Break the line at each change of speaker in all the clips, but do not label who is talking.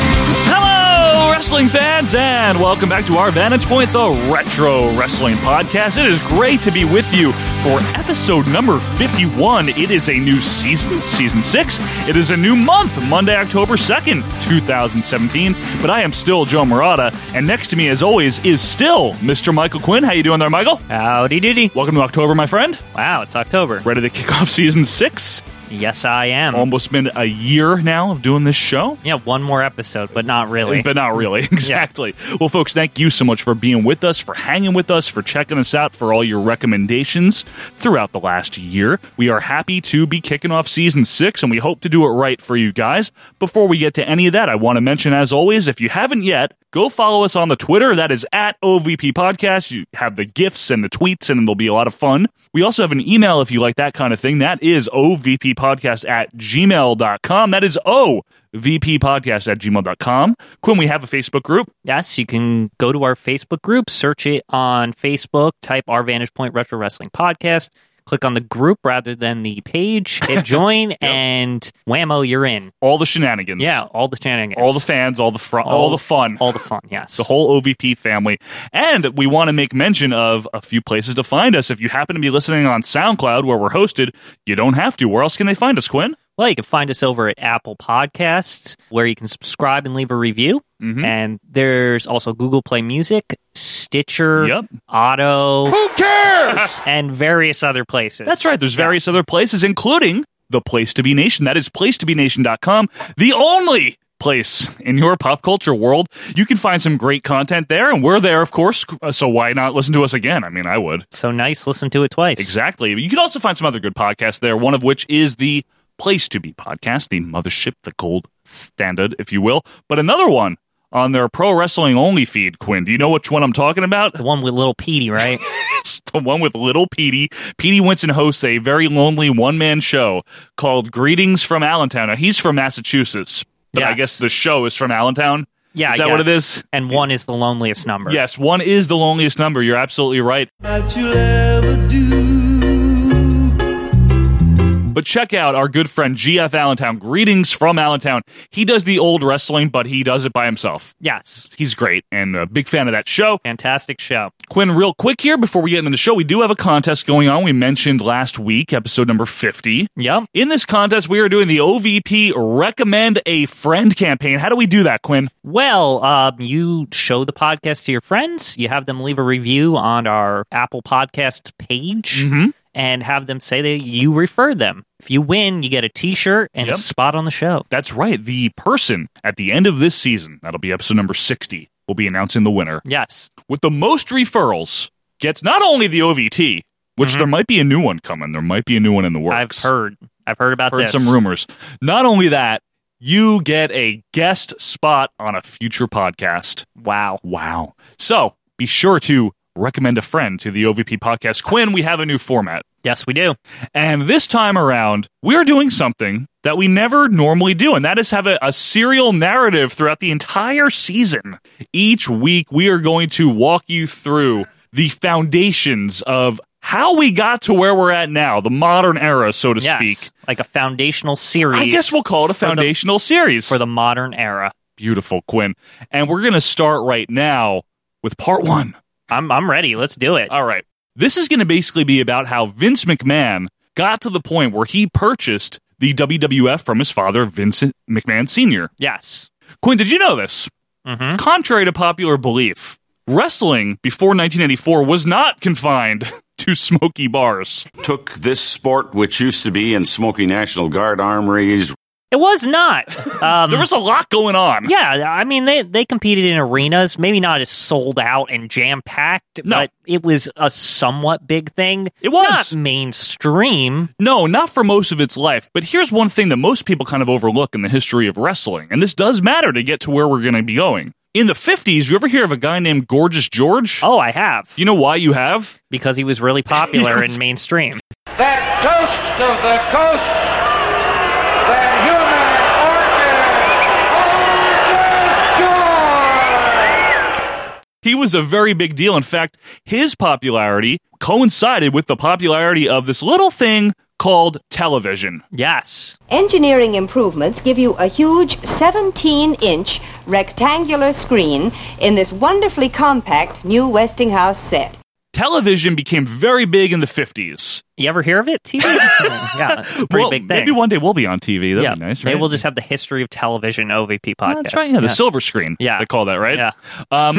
Hello, wrestling fans, and welcome back to our Vantage Point, the Retro Wrestling Podcast. It is great to be with you for episode number 51. It is a new season, season six. It is a new month, Monday, October 2nd, 2017. But I am still Joe Murata, and next to me, as always, is still Mr. Michael Quinn. How you doing there, Michael?
Howdy doody.
Welcome to October, my friend.
Wow, it's October.
Ready to kick off season six?
Yes, I am.
Almost been a year now of doing this show.
yeah, one more episode, but not really.
But not really. Exactly. Well, folks, thank you so much for being with us, for hanging with us, for checking us out, for all your recommendations throughout the last year. We are happy to be kicking off season six, and we hope to do it right for you guys. Before we get to any of that, I want to mention, as always, if you haven't yet, go follow us on the Twitter. That is at OVP Podcast. You have the GIFs and the tweets, and it'll be a lot of fun. We also have an email if you like that kind of thing. That is OVP Podcast at gmail.com. That is O vppodcast at gmail.com. Quinn, we have a Facebook group.
yes, you can go to our Facebook group, search it on Facebook, type our Vantage Point Retro Wrestling Podcast, click on the group rather than the page, hit join, and whammo, you're in.
All the shenanigans.
Yeah, all the shenanigans.
All the fans, all the fr- all, the fun.
All the fun, yes.
the whole OVP family. And we want to make mention of a few places to find us. If you happen to be listening on SoundCloud where we're hosted, you don't have to. Where else can they find us, Quinn?
Well, you can find us over at Apple Podcasts, where you can subscribe and leave a review.
Mm-hmm.
And there's also Google Play Music, Stitcher,
Yep.
Auto,
Who cares?
and various other places.
That's right. There's various other places, including the Place to Be Nation. That is placetobenation.com, the only place in your pop culture world. You can find some great content there, and we're there, of course. Uh, So why not listen to us again? I mean, I would.
So nice. Listen to it twice.
Exactly. You can also find some other good podcasts there, one of which is the Place to Be podcast, the mothership, the gold standard, if you will. But another one on their pro wrestling only feed, Quinn. Do you know which one I'm talking about?
The one with little Petey, right?
It's the one with little Petey. Petey Winston hosts a very lonely one man show called Greetings from Allentown. Now, he's from Massachusetts, but I
Yes.
guess the show is from Allentown.
Yeah.
Is
I
that what it
guess.
is?
And one is the loneliest number.
Yes, one is the loneliest number. You're absolutely right.
that you'll ever do.
But check out our good friend GF Allentown. Greetings from Allentown. He does the old wrestling, but he does it by himself.
Yes.
He's great and a big fan of that show.
Fantastic show.
Quinn, real quick here before we get into the show, we do have a contest going on. We mentioned last week, episode number 50.
Yep.
In this contest, we are doing the OVP Recommend a Friend campaign. How do we do that, Quinn?
Well, um, you show the podcast to your friends. You have them leave a review on our Apple Podcast page
Mm-hmm.
and have them say that you referred them. If you win, you get a t shirt and
Yep.
a spot on the show.
That's right. The person at the end of this season, that'll be episode number 60, will be announcing the winner.
Yes.
with the most referrals gets not only the OVT, which there might be a new one coming. There might be a new one in the works.
Mm-hmm. I've heard. I've heard about
Heard
this.
some rumors. Not only that, you get a guest spot on a future podcast.
Wow.
Wow. So be sure to recommend a friend to the OVP podcast. Quinn, we have a new format.
Yes, we do.
And this time around, we're doing something that we never normally do, and that is have a, a serial narrative throughout the entire season. Each week, we are going to walk you through the foundations of how we got to where we're at now, the modern era, so to
Yes.
speak.
Like a foundational series.
I guess we'll call it a
the-
foundational series
for the modern era.
beautiful Quinn. And we're going to start right now with part one.
I'm I'm ready. Let's do it.
All right. This is going to basically be about how Vince McMahon got to the point where he purchased the WWF from his father, Vincent McMahon Sr.
Yes.
Quinn, did you know this?
hmm
Contrary to popular belief, wrestling before 1984 was not confined to smoky bars.
took this sport, which used to be in Smoky National Guard armories,
It was not. Um,
There was a lot going on.
yeah, I mean they they competed in arenas, maybe not as sold out and jam packed,
No.
but it was a somewhat big thing.
It was.
not mainstream.
No, not for most of its life. But here's one thing that most people kind of overlook in the history of wrestling, and this does matter to get to where we're going to be going. In the 50s, you ever hear of a guy named Gorgeous George?
Oh, I have.
You know why you have?
because he was really popular and mainstream.
that toast of the coast, that human organ, oh, just joy!
He was a very big deal. In fact, his popularity coincided with the popularity of this little thing called television.
Yes.
Engineering improvements give you a huge 17 inch rectangular screen in this wonderfully compact new Westinghouse set.
Television became very big in the 50s.
You ever hear of it, TV? yeah, it's a pretty
Well,
big thing.
Maybe one day we'll be on TV. That'd
yeah,
be nice, right?
they will just have the history of television OVP podcast.
That's right. Yeah, the silver screen.
Yeah.
They call that, right?
Yeah.
Um,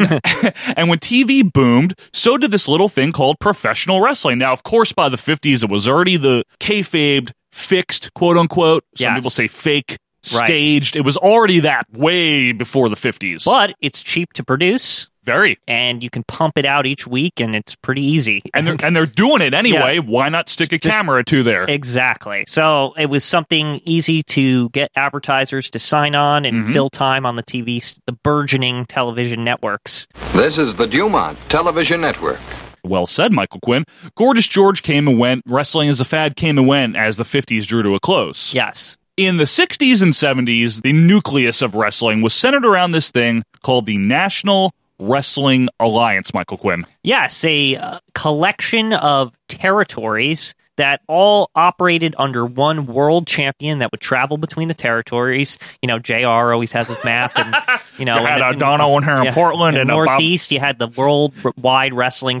and when TV boomed, so did this little thing called professional wrestling. Now, of course, by the 50s, it was already the kayfabed, fixed, quote unquote. Some
Yes.
people say fake,
Right.
staged. It was already that way before the 50s.
But it's cheap to produce,
very.
and you can pump it out each week, and it's pretty easy.
And they're, and they're doing it anyway.
Yeah.
Why not stick a
Just-
camera to there?
Exactly. So it was something easy to get advertisers to sign on and
Mm-hmm.
fill time on the TV, s- the burgeoning television networks.
This is the Dumont Television Network.
Well said, Michael Quinn. Gorgeous George came and went. Wrestling as a fad came and went as the 50s drew to a close.
Yes.
In the 60s and 70s, the nucleus of wrestling was centered around this thing called the National Wrestling Alliance, Michael Quinn.
Yes, a uh, collection of territories that all operated under one world champion that would travel between the territories. You know, JR always has his map, and you know,
You had
and-
uh, Dono in here in Portland and, uh, Bob-
Northeast. You had the World Wide Wrestling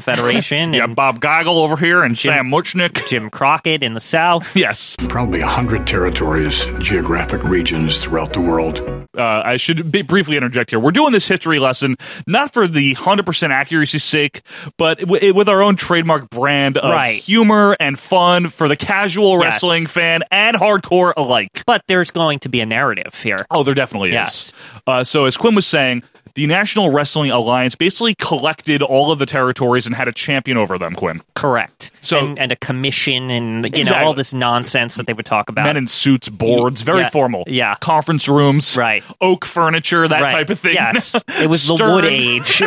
Federation,
Yeah,
and
Bob Goggle over here and Sam Muchnick.
Mm-hmm. Jim Crockett in the South.
Yes,
Probably 100 territories, geographic regions throughout the world.
uh, I should b- briefly interject here. We're doing this history lesson not for the 100% accuracy's sake, but w- with our own trademark brand of
Right.
humor and fun for the casual
Yes.
wrestling fan and hardcore alike.
But there's going to be a narrative here.
Oh, there definitely
Yes.
is. Uh, so, as Quinn was saying, the National Wrestling Alliance basically collected all of the territories and had a champion over them, Quinn.
Correct.
So-
and, and a commission and you
Exactly.
know all this nonsense that they would talk about.
Men in suits, boards, very
Yeah,
formal.
yeah.
Conference rooms,
Right.
Oak furniture, that
Right.
type of thing.
Yes. It was the
Stern-
wood age.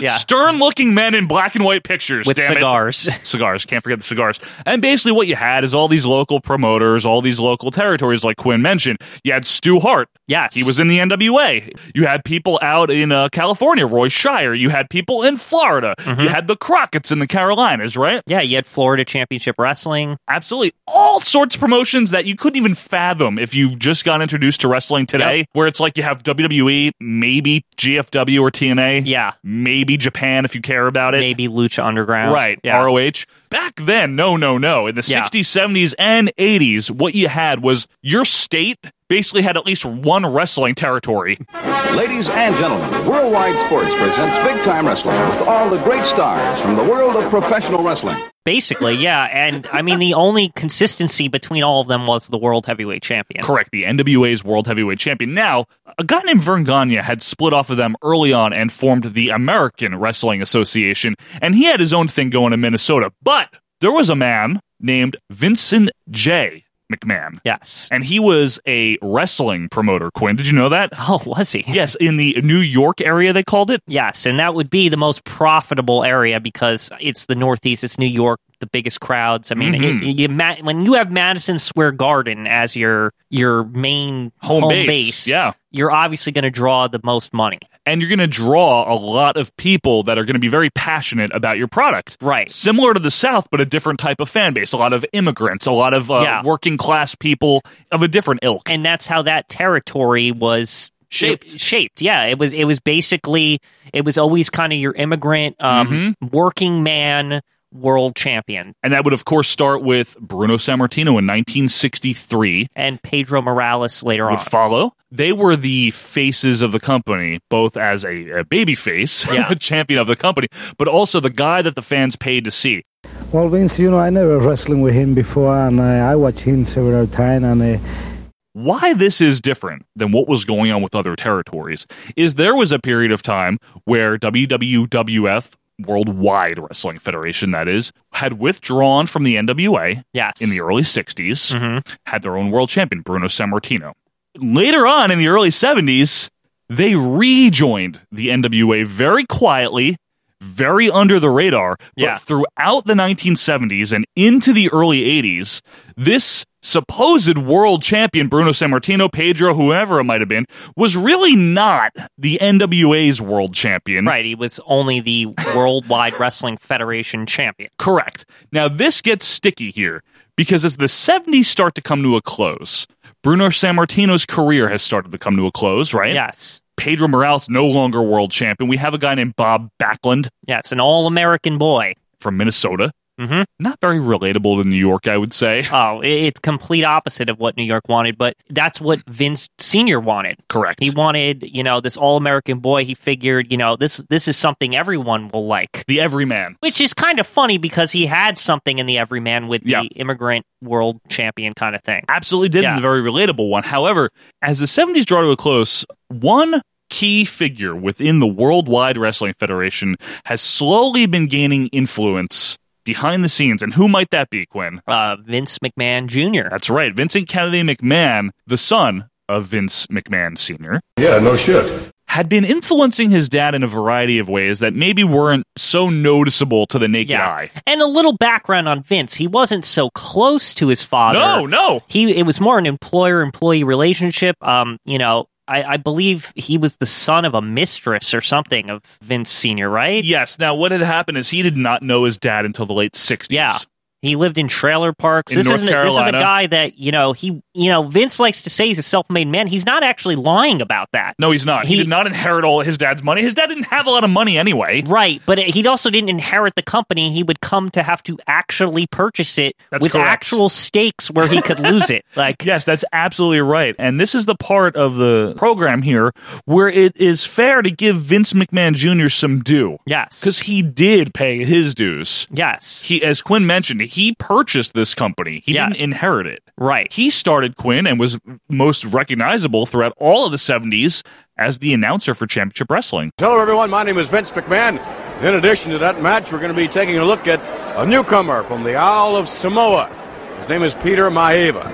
yeah.
Stern looking men in black and white pictures
With
damn it.
cigars.
Cigars, can't forget the cigars. And basically, what you had is all these local promoters, all these local territories, like Quinn mentioned. You had Stu Hart.
Yes.
He was in the NWA. You had people out in uh, California, Roy Shire. You had people in Florida.
Mm-hmm.
You had the Crockett's in the Carolinas, right?
Yeah, you had Florida Championship Wrestling.
Absolutely. All sorts of promotions that you couldn't even fathom if you just got introduced to wrestling today,
Yep.
where it's like you have WWE, maybe GFW or TNA.
Yeah.
Maybe Japan if you care about it.
Maybe Lucha Underground.
Right.
Yeah.
ROH. Back then, no, no, no. In the
Yeah.
60s, 70s, and 80s, what you had was your state basically had at least one wrestling territory.
Ladies and gentlemen, Worldwide Sports presents Big Time Wrestling with all the great stars from the world of professional wrestling.
Basically, yeah. And I mean, the only consistency between all of them was the World Heavyweight Champion.
Correct. The NWA's World Heavyweight Champion. Now, a guy named Vern Gagne had split off of them early on and formed the American Wrestling Association, and he had his own thing going in Minnesota. But there was a man named Vincent J. McMahon.
Yes.
And he was a wrestling promoter, Quinn. Did you know that?
Oh, was he?
Yes, in the New York area, they called it.
Yes, and that would be the most profitable area because it's the Northeast, it's New York, the biggest crowds. I mean,
Mm-hmm.
it, you, ma- when you have Madison Square Garden as your your main
Home
home,
base, yeah.
you're obviously going to draw the most money.
and you're going to draw a lot of people that are going to be very passionate about your product.
Right.
Similar to the South, but a different type of fan base. A lot of immigrants, a lot of uh,
Yeah.
working class people of a different ilk.
and that's how that territory was
Shaped.
it- shaped yeah it was it was basically it was always kind of your immigrant um
Mm-hmm.
working man world champion
And that would, of course, start with Bruno Sammartino in 1963.
and pedro morales later on
Would follow. They were the faces of the company, both as a, a baby face,
Yeah.
champion of the company, but also the guy that the fans paid to see.
Well, Vince, you know, I never wrestling with him before, and uh, I watched him several times, and uh,
why this is different than what was going on with other territories is there was a period of time where WWWF Worldwide Wrestling Federation that is had withdrawn from the NWA
yes Mm-hmm.
in the early 60s had their own world champion Bruno Sammartino later on in the early 70s They rejoined the NWA very quietly, very under the radar. But
Yeah.
throughout the 1970s and into the early 80s, this supposed world champion, Bruno Sammartino, Pedro, whoever it might have been, was really not the NWA's world champion.
Right, he was only the Worldwide Wrestling Federation champion.
Correct. Now, this gets sticky here because as the 70s start to come to a close, Bruno Sammartino's career has started to come to a close, right?
Yes.
Pedro Morales no longer world champion. We have a guy named Bob Backlund
Yes, an all American boy.
from Minnesota.
Mm-hmm.
Not very relatable to New York, I would say.
Oh, i- it's complete opposite of what New York wanted, but that's what Vince Senior wanted.
Correct.
He wanted, you know, this all American boy. He figured, you know, this this is something everyone will like.
the everyman.
Which is kind of funny because he had something in the everyman with
Yeah.
the immigrant world champion kind of thing.
Absolutely did,
Yeah.
and a very relatable one. However, as the 70s draw to a close, one key figure within the Worldwide Wrestling Federation has slowly been gaining influence behind the scenes. And who might that be, Quinn?
Uh, Vince McMahon Jr.
That's right, Vincent Kennedy McMahon, the son of Vince McMahon Sr.,
Yeah, no shit.
had been influencing his dad in a variety of ways that maybe weren't so noticeable to the naked eye.
And a little background on Vince. He wasn't so close to his father.
No, no.
He it was more an employer employee relationship. Um, you know, I, I believe he was the son of a mistress or something of Vince Sr., right?
Yes, now what had happened is he did not know his dad until the late 60s.
Yeah. He lived in trailer parks.
In
this
North
isn't a- this is a
Carolina.
guy that, you know, he you know, Vince likes to say he's a self made man. He's not actually lying about that.
No, he's not. He,
He-
did not inherit all his dad's money. His dad didn't have a lot of money anyway.
Right, but he also didn't inherit the company. He would come to have to actually purchase it
That's
with
correct.
actual stakes where he could lose it. Like,
Yes, that's absolutely right. And this is the part of the program here where it is fair to give Vince McMahon Jr. some due.
yes,
Because he did pay his dues.
yes,
He, as Quinn mentioned, he purchased this company. He
Yeah.
didn't inherit it.
right.
He started Quinn and was most recognizable throughout all of the 70s as the announcer for Championship Wrestling.
Hello, everyone. My name is Vince McMahon. In addition to that match, we're going to be taking a look at a newcomer from the Isle of Samoa. His name is Peter Maeva.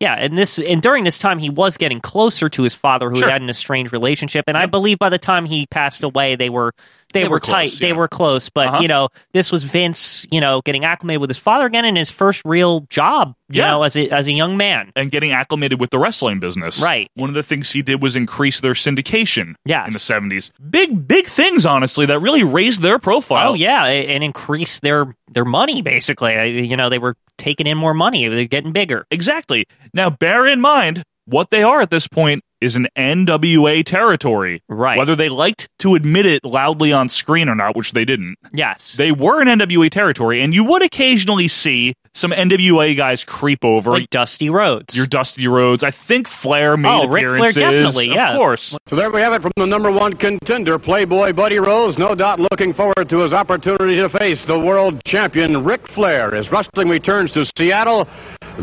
Yeah, and this and during this time he was getting closer to his father who
Sure.
he had an estranged relationship and I believe by the time he passed away they were they,
They
were,
were
tight,
close,
they
yeah.
were close, but
Uh-huh.
you know, this was Vince, you know, getting acclimated with his father again in his first real job, you
Yeah.
know, as a as a young man.
and getting acclimated with the wrestling business.
Right.
One of the things he did was increase their syndication
Yes.
in the 70s. Big, big things, honestly, that really raised their profile.
Oh yeah, a- and increase their their money basically. Uh, You know, they were taking in more money, they're getting bigger.
Exactly. Now, bear in mind what they are at this point is an NWA territory.
Right.
Whether they liked to admit it loudly on screen or not, which they didn't,
Yes.
they were an NWA territory, and you would occasionally see some NWA guys creep over.
like Dusty Rhodes.
your Dusty Roads. I think Flair made
Oh, Ric Flair,
appearances.
definitely,
of
yeah.
course.
So there we have it from the number one contender, Playboy Buddy Rose. No doubt looking forward to his opportunity to face the world champion Ric Flair as wrestling returns to Seattle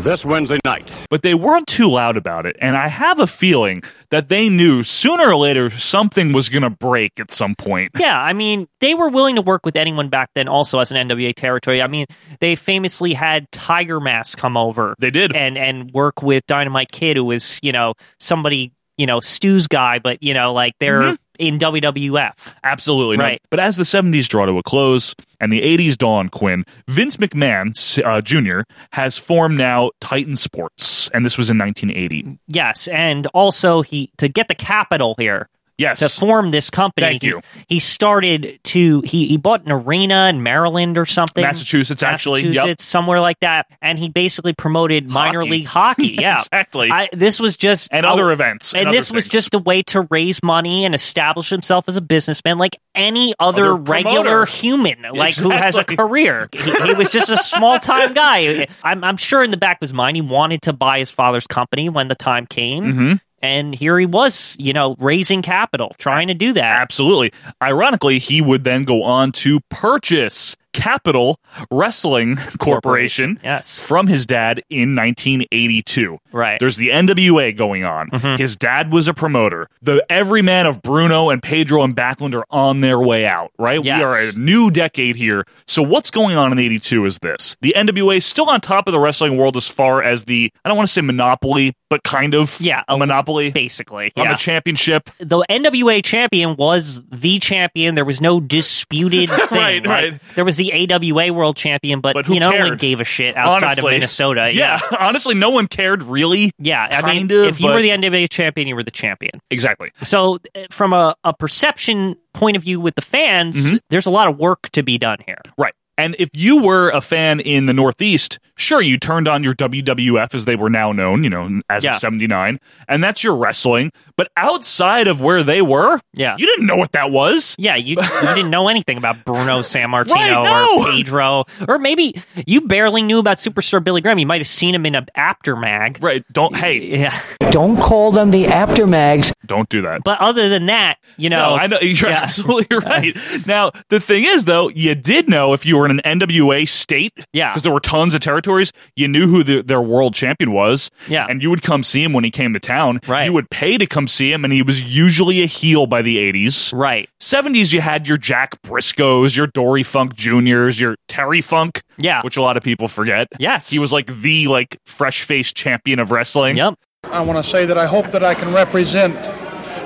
this Wednesday night.
but they weren't too loud about it. And I have a feeling that they knew sooner or later something was going to break at some point.
Yeah, I mean, they were willing to work with anyone back then, also as an NWA territory. I mean, they famously had Tiger Mask come over.
They did.
And and work with Dynamite Kid, who was, you know, somebody, you know, Stu's guy, but, you know, like they're
Mm-hmm.
in WWF.
Absolutely not.
Right.
But as the 70s draw to a close and the 80s dawn, Quinn, Vince McMahon uh, Jr. has formed now Titan Sports. And this was in 1980.
Yes. And also, he to get the capital here.
Yes.
To form this company,
Thank
he,
you.
he started to he, he bought an arena in Maryland or something,
Massachusetts, actually. Yep.
Massachusetts, somewhere like that, and he basically promoted minor
Hockey.
league hockey. Yeah,
Exactly.
I, this was just
And
a-
other events,
and,
and other
this was
things.
just a way to raise money and establish himself as a businessman, like any other,
Other
regular
promoter.
human, like who has a
Exactly.
career. He, he was just a small time guy. I'm, I'm sure in the back of his mind, he wanted to buy his father's company when the time came.
Mm-hmm.
And here he was, you know, raising capital, trying to do that.
Absolutely. Ironically, he would then go on to purchase Capital Wrestling Corporation,
yes.
from his dad in 1982.
Right. Mm-hmm.
There's the NWA going on. His dad was a promoter. The everyman of Bruno and Pedro and Backlund are on their way out, right? We
Yes.
are at a new decade here. So what's going on in 82 is this. The NWA is still on top of the wrestling world as far as the, I don't want to say monopoly, but kind of
Yeah,
a monopoly
basically.
on
yeah.
the championship.
the NWA champion was the champion. There was no disputed thing.
Right,
like,
right.
There was the AWA world champion, but,
But who
you know, no one
cared?
gave a shit outside
Honestly.
of Minnesota.
Yeah. honestly, no one cared really.
Yeah, I
kind
mean,
of,
if you
but-
were the NWA champion, you were the champion.
Exactly.
So, uh, from a, a perception point of view with the fans,
Mm-hmm.
there's a lot of work to be done here.
Right. And if you were a fan in the Northeast, sure, you turned on your WWF as they were now known, you know, as
Yeah.
of 79, and that's your wrestling. But outside of where they were,
Yeah.
you didn't know what that was.
Yeah, you, you didn't know anything about Bruno San Martino
Right, no.
or Pedro, or maybe you barely knew about Superstar Billy Graham. You might have seen him in an aftermag.
Right. Don't, hey,
Yeah,
Don't call them the aftermags.
don't do that.
but other than that, you know,
No, I know you're
yeah.
absolutely right. Now, the thing is, though, you did know if you were in an NWA state,
Yeah.
because there were tons of territories, you knew who the, their world champion was,
Yeah.
and you would come see him when he came to town.
Right.
you would pay to come see him, and he was usually a heel by the '80s.
right?
'70s, you had your Jack Briscoes, your Dory Funk Juniors, your Terry Funk,
Yeah.
which a lot of people forget.
Yes.
he was like the like fresh faced champion of wrestling.
Yep.
I want to say that I hope that I can represent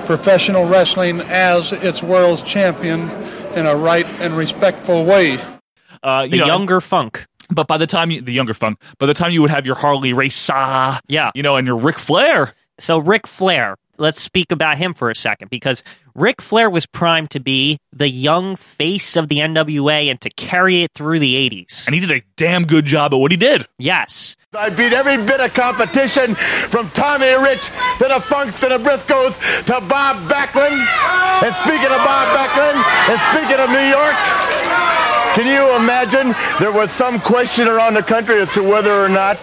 professional wrestling as its world's champion in a right and respectful way.
uh, you
The
know,
younger Funk.
But by the time you, the younger Funk, by the time you would have your Harley Race, ah,
Yeah.
you know, and your Ric Flair,
So Ric Flair, let's speak about him for a second because Ric Flair was primed to be the young face of the NWA and to carry it through the 80s.
and he did a damn good job at what he did.
Yes.
I beat every bit of competition from Tommy Rich to the Funks to the Briscoes to Bob Backlund. And speaking of Bob Backlund, and speaking of New York, can you imagine there was some question around the country as to whether or not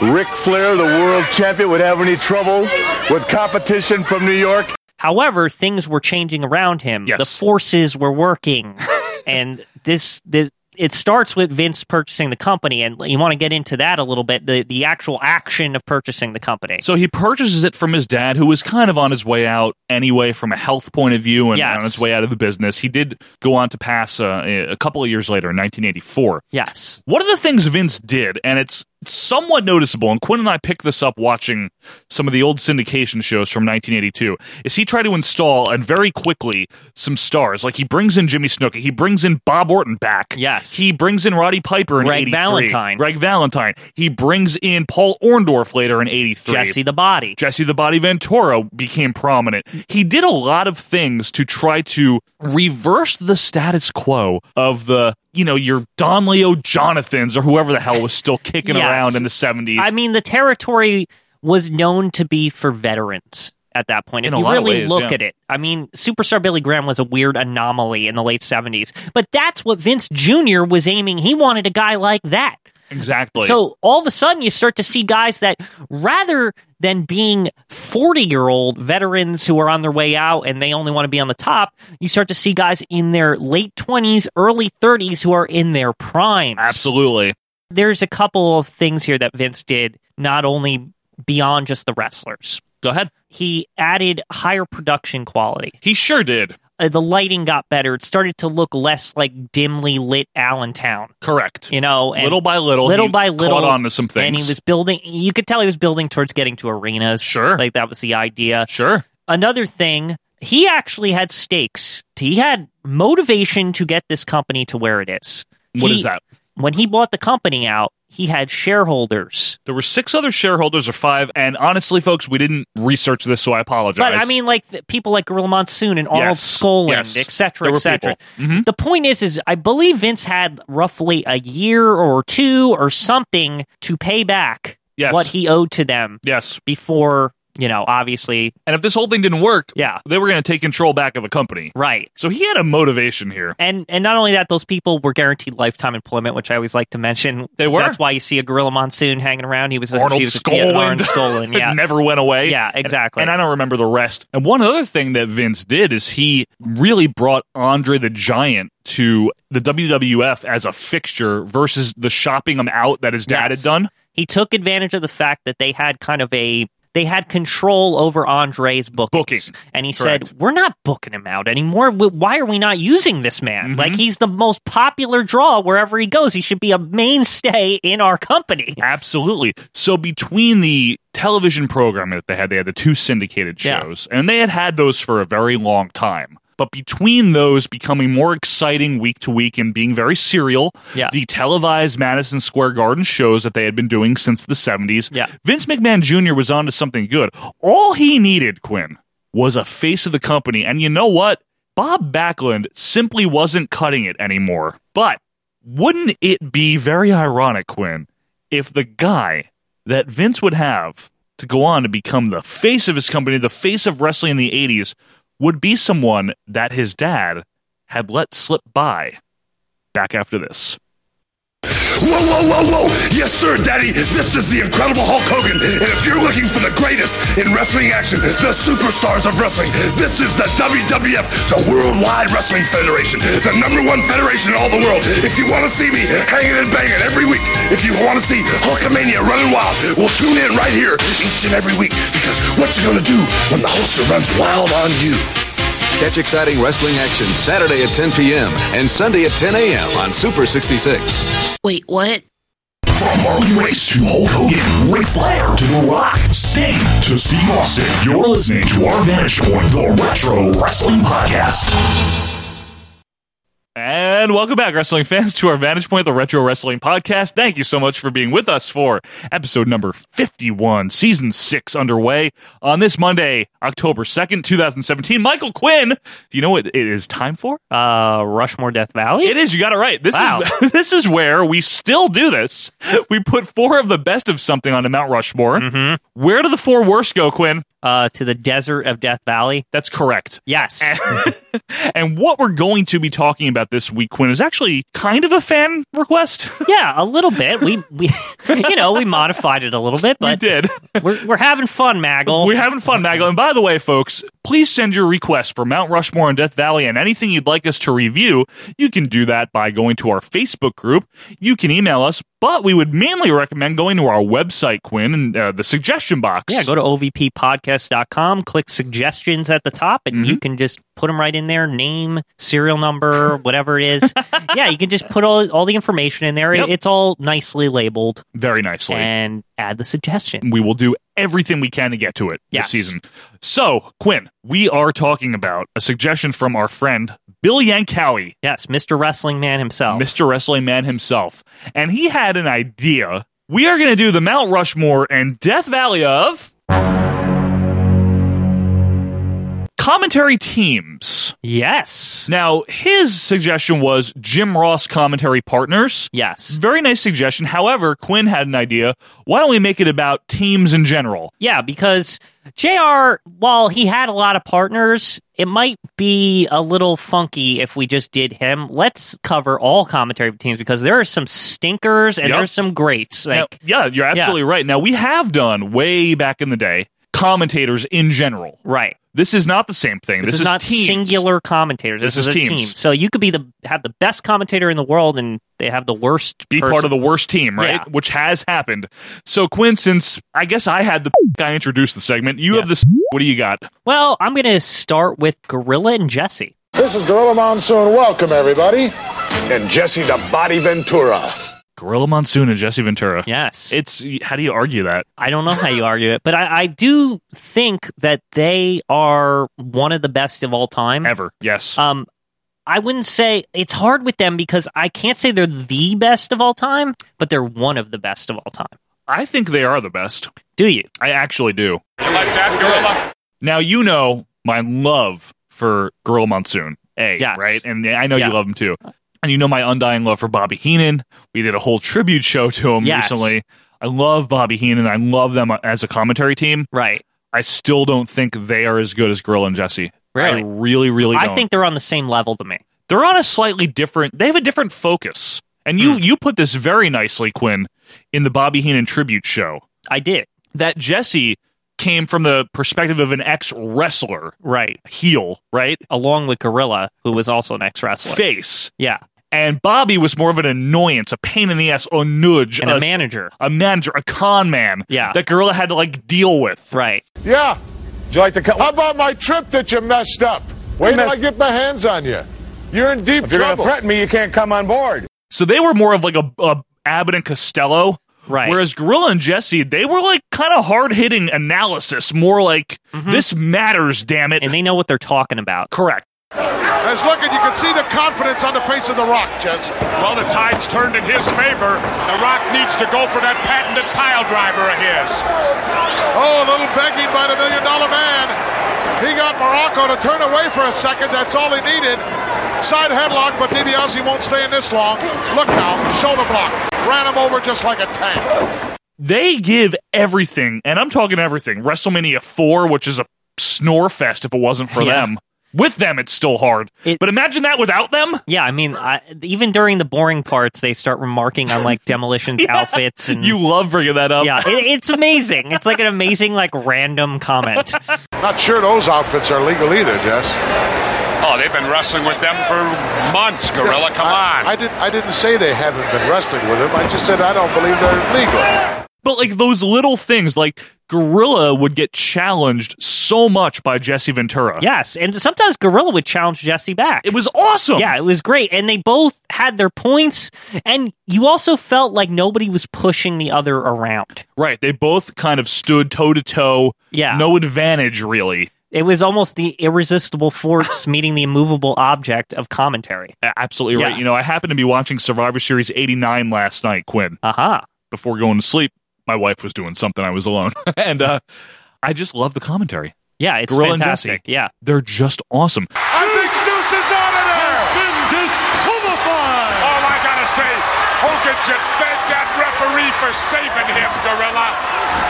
Ric Flair, the world champion, would have any trouble with competition from New York?
However, things were changing around him.
Yes.
The forces were working, and this this. It starts with Vince purchasing the company, and you want to get into that a little bit the, the actual action of purchasing the company.
So he purchases it from his dad, who was kind of on his way out anyway, from a health point of view, and
Yes.
on his way out of the business. He did go on to pass uh, a couple of years later in 1984.
yes.
One of the things Vince did, and it's somewhat noticeable, and Quinn and I picked this up watching some of the old syndication shows from 1982, is he tried to install, and very quickly, some stars. Like he brings in Jimmy Snooki, he brings in Bob Orton back.
Yes.
He brings in Roddy Piper in
Greg
83.
Valentine.
Greg Valentine. He brings in Paul Orndorff later in 83.
Jesse the Body.
Jesse the Body Ventura became prominent. He did a lot of things to try to reverse the status quo of the, you know, your Don Leo Jonathans or whoever the hell was still kicking
Yes.
around in the 70s.
I mean, the territory was known to be for veterans at that point. If
In a
you
lot of
really
ways,
look
yeah.
at it, I mean, superstar Billy Graham was a weird anomaly in the late 70s, but that's what Vince Jr. was aiming. He wanted a guy like that.
exactly.
So all of a sudden, you start to see guys that rather than being 40 year old veterans who are on their way out and they only want to be on the top, you start to see guys in their late 20s, early 30s who are in their primes.
absolutely.
There's a couple of things here that Vince did, not only beyond just the wrestlers.
Go ahead.
He added higher production quality.
He sure did.
Uh, the lighting got better. It started to look less like dimly lit Allentown
Correct.
you know, and
Little by little,
little
he
by little,
caught on to some things.
and he was building. You could tell he was building towards getting to arenas.
Sure.
like that was the idea.
Sure.
Another thing, he actually had stakes. He had motivation to get this company to where it is.
What
What is
is that?
When he bought the company out, he had shareholders.
There were six other shareholders or five, and honestly, folks, we didn't research this, so I apologize.
But I mean, like th- people like Gorilla Monsoon and Arnold
Yes.
Skoland,
Yes.
et cetera,
There
et
were
cetera.
people. Mhm.
The point is, is I believe Vince had roughly a year or two or something to pay back
Yes.
what he owed to them
yes.
before you know obviously
And if this whole thing didn't work,
Yeah.
they were going to take control back of the company.
right
So he had a motivation here.
and and not only that those people were guaranteed lifetime employment which i always like to mention
They were.
that's why you see a gorilla monsoon hanging around he was a,
Arnold
he was a- yeah,
Skoland.
Arnold Skoland,
It
yeah
never went away.
Yeah,
And-
exactly.
And, I don't remember the rest. And one other thing that Vince did is he really brought Andre the Giant to the WWF as a fixture versus the shopping them out that his dad
Yes.
had done.
He took advantage of the fact that they had kind of a they had control over Andre's bookings, and he
Correct.
said, "We're not booking him out anymore. Wh- Why are we not using this man?
Mm-hmm.
Like he's the most popular draw wherever he goes. He should be a mainstay in our company."
Absolutely. So between the television program that they had, they had the two syndicated
Yeah.
shows, and they had had those for a very long time. But between those becoming more exciting week to week and being very serial,
Yeah.
the televised Madison Square Garden shows that they had been doing since the 70s,
Yeah.
Vince McMahon Jr. was onto something good. All he needed, Quinn, was a face of the company. And you know what? Bob Backlund simply wasn't cutting it anymore. But wouldn't it be very ironic, Quinn, if the guy that Vince would have to go on to become the face of his company, the face of wrestling in the 80s, would be someone that his dad had let slip by back after this?
Whoa, whoa, whoa, whoa! Yes, sir, Daddy, this is the incredible Hulk Hogan. And if you're looking for the greatest in wrestling action, the superstars of wrestling, this is the WWF, the Worldwide Wrestling Federation, the number one federation in all the world. If you want to see me hanging and banging every week, if you want to see Hulkamania running wild, well, tune in right here each and every week because what you gonna do when the holster runs wild on you?
Catch exciting wrestling action Saturday at 10 p.m. and Sunday at 10 a.m. on Super 66.
Wait, what?
From Harley Race to Hulk Hogan, Ric Flair to The Rock, Sting to Steve Austin, you're listening to Our Vantage Point, the Retro Wrestling Podcast.
And welcome back, wrestling fans, to our Vantage Point, the Retro Wrestling Podcast. Thank you so much for being with us for episode number 51, season six underway on this Monday, October 2nd, 2017. Michael Quinn, do you know what it is time for?
Uh, Rushmore Death Valley?
It is, you got it right. This,
Wow.
is, this is where we still do this. We put four of the best of something onto Mount Rushmore. Where do the four worst go, Quinn?
Uh, to the desert of Death Valley.
That's correct.
Yes.
And what we're going to be talking about this week, Quinn, is actually kind of a fan request.
yeah, a little bit. We we you know, we modified it a little bit, but
we did.
We're, we're having fun, Maggle.
We're having fun, Maggle. And by the way, folks, please send your requests for Mount Rushmore and Death Valley and anything you'd like us to review. You can do that by going to our Facebook group. You can email us, but we would mainly recommend going to our website, Quinn, and uh, the suggestion box.
Yeah, go to ovppodcast.com, click suggestions at the top, and
Mm-hmm.
you can just put them right in there name, serial number, whatever it is. yeah, you can just put all, all the information in there. It-
Yep.
It's all nicely labeled.
Very nicely.
And add the suggestion.
We will do everything we can to get to it
Yes.
this season. So, Quinn, we are talking about a suggestion from our friend Bill Yankowie.
Yes, Mr. Wrestling Man himself.
Mr. Wrestling Man himself. And he had an idea. We are going to do the Mount Rushmore and Death Valley of commentary teams.
Yes.
Now, his suggestion was Jim Ross commentary partners.
Yes.
Very nice suggestion. However, Quinn had an idea. Why don't we make it about teams in general?
Yeah, because JR, while he had a lot of partners, it might be a little funky if we just did him. Let's cover all commentary teams because there are some stinkers and
Yep.
there's some greats.
Now-
Like,
yeah, you're absolutely right. Now, we have done way back in the day commentators in general.
Right.
This is not the same thing.
This,
This,
is, not
teams.
singular commentators. This,
This
is,
is
a team.
teams.
So you could be the have the best commentator in the world, and they have the worst.
be
person.
part of the worst team, right?
Yeah.
Which has happened. So, Quinn, since I guess I had the guy introduce the segment, you have the. What do you got?
Well, I'm going to start with Gorilla and Jesse.
This is Gorilla Monsoon. Welcome, everybody. And Jesse the Body Ventura.
Gorilla Monsoon and Jesse Ventura.
Yes.
It's how do you argue that?
I don't know how you argue it, but I, I do think that they are one of the best of all time.
Ever, yes.
Um, I wouldn't say it's hard with them because I can't say they're the best of all time, but they're one of the best of all time.
I think they are the best.
Do you?
I actually do. Now you know my love for Gorilla Monsoon. A
Yes.
right, and I know
Yeah.
you love him too, and you know my undying love for Bobby Heenan. We did a whole tribute show to him
Yes.
recently. I love Bobby Heenan. I love them as a commentary team.
Right.
I still don't think they are as good as Gorilla and Jesse.
Really?
I really, really.
I
don't.
think they're on the same level to me.
they're on a slightly different. They have a different focus, and you you put this very nicely, Quinn, in the Bobby Heenan tribute show
I did.
that Jesse came from the perspective of an ex wrestler,
right?
Heel, right?
Along with Gorilla, who was also an ex wrestler.
Face.
Yeah.
And Bobby was more of an annoyance, a pain in the ass, a nudge,
And a manager.
a manager, a con man.
Yeah.
that Gorilla had to like deal with.
Right.
Yeah. Would you like to cut?
How about my trip that you messed up? Wait till I
messed-
get my hands on you. You're in deep
If you're going to
trouble.
threaten me, you can't come on board.
So they were more of like a, a Abbott and Costello.
Right.
Whereas Gorilla and Jesse, they were like kind of hard hitting analysis, more like this matters, damn it.
Mm-hmm. And they know what they're talking about.
Correct.
As look, and you can see the confidence on the face of The Rock, Jess.
Well, the tide's turned in his favor. The Rock needs to go for that patented pile driver of his.
Oh, a little begging by the Million Dollar Man. He got Morocco to turn away for a second. That's all he needed. Side headlock, but DiBiase won't stay in this long. Look now, shoulder block. Ran him over just like a tank.
They give everything, and I'm talking everything. WrestleMania 4, which is a snore fest if it wasn't for
Yeah.
them. With them, it's still hard. but imagine that without them.
Yeah, I mean, I, even during the boring parts, they start remarking on like demolition's outfits, and
You love bringing that up.
yeah, it, it's amazing. It's like an amazing, like random comment.
Not sure those outfits are legal either, Jess.
Oh, they've been wrestling with them for months, Gorilla. Come on.
I didn't. I didn't say they haven't been wrestling with him. I just said I don't believe they're legal.
But like those little things, like Gorilla would get challenged so much by Jesse Ventura.
Yes, and sometimes Gorilla would challenge Jesse back.
It was awesome.
Yeah, it was great, and they both had their points, and you also felt like nobody was pushing the other around.
Right. They both kind of stood toe to toe.
Yeah.
No advantage, really.
It was almost the irresistible force meeting the immovable object of commentary.
A- Absolutely right.
Yeah.
You know, I happened to be watching Survivor Series 89 last night, Quinn.
Uh huh.
Before going to sleep, my wife was doing something. I was alone. and uh, I just love the commentary.
Yeah, it's
Gorilla and
fantastic.
Jesse.
Yeah.
They're just awesome.
I think Zeus is out of there.
been disqualified. All Oh, I gotta say, Hogan should thank that referee for saving him, Gorilla.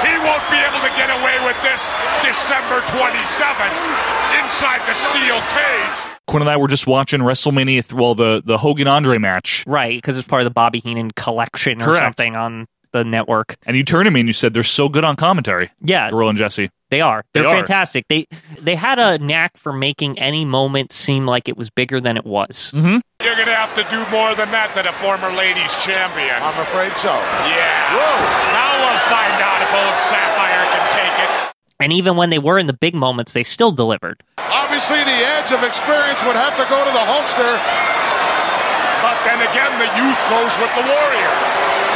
He won't be able to get away with this December 27th inside the steel cage.
Quinn and I were just watching WrestleMania, th- well, the, the Hogan Andre match.
Right, because it's part of the Bobby Heenan collection or
Correct.
something on the network.
And you turned to me and you said, they're so good on commentary.
Yeah.
Gorilla and Jesse.
They are.
They
They're
are.
fantastic. They they had a knack for making any moment seem like it was bigger than it was. Mm-hmm.
You're gonna have to do more than that to the former ladies champion.
I'm afraid so.
Yeah. Now we'll find out if old Sapphire can take it.
And even when they were in the big moments, they still delivered.
Obviously, the edge of experience would have to go to the Hulkster.
But then again, the youth goes with the warrior.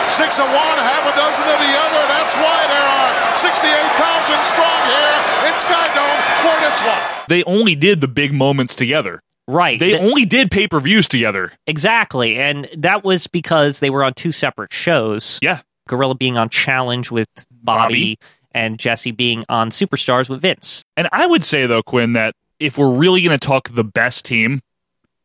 Six of one, half a dozen of the other. That's why there are 68,000 strong here in Skydome for this one.
They only did the big moments together.
Right.
They
Th-
only did pay per views together.
exactly. And that was because they were on two separate shows.
Yeah.
Gorilla being on Challenge with Bobby,
Bobby.
and Jesse being on Superstars with Vince.
And I would say though, Quinn, that if we're really going to talk the best team,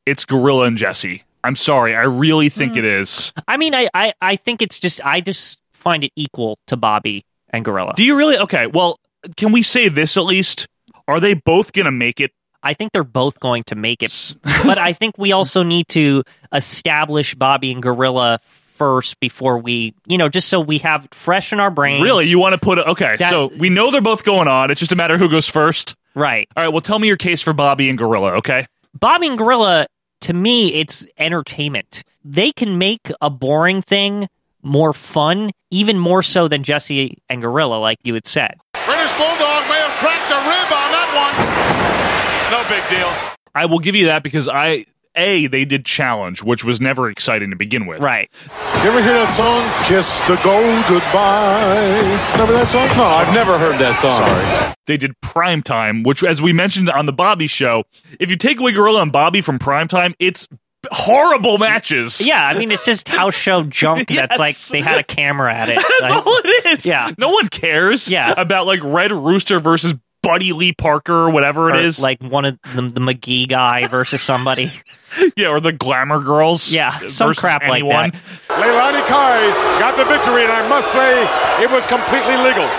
it's Gorilla and Jesse. I'm sorry, I really think it is.
I mean, I, I, I think it's just, I just find it equal to Bobby and Gorilla.
Do you really? Okay, well, can we say this at least? Are they both going to make it?
I think they're both going to make it. but I think we also need to establish Bobby and Gorilla first before we, you know, just so we have it fresh in our brains.
Really, you want to put? A, okay,
That-
so we know they're both going on. It's just a matter of who goes first.
Right.
All right. Well, tell me your case for Bobby and Gorilla. Okay.
Bobby and Gorilla, to me, it's entertainment. They can make a boring thing more fun, even more so than Jesse and Gorilla, like you had said.
British Bulldog may have cracked a rib on that one.
No big deal.
I will give you that because I a they did challenge, which was never exciting to begin with.
Right.
You ever hear that song? Kiss the gold goodbye. Remember that song? No, I've never heard that song.
They did primetime, which, as we mentioned on the Bobby show, if you take away Gorilla and Bobby from primetime, it's horrible matches.
Yeah, I mean, it's just house show junk that's like
Yes.
they had a camera at it.
That's
Like,
all it is.
Yeah.
No one cares
Yeah.
about like Red Rooster versus Buddy Lee Parker or whatever
or,
it is.
Like one of the, the McGee guy versus somebody.
yeah, or the Glamour Girls.
Yeah, some
versus
crap like
anyone.
that.
Leilani Kai got the victory, and I must say it was completely legal.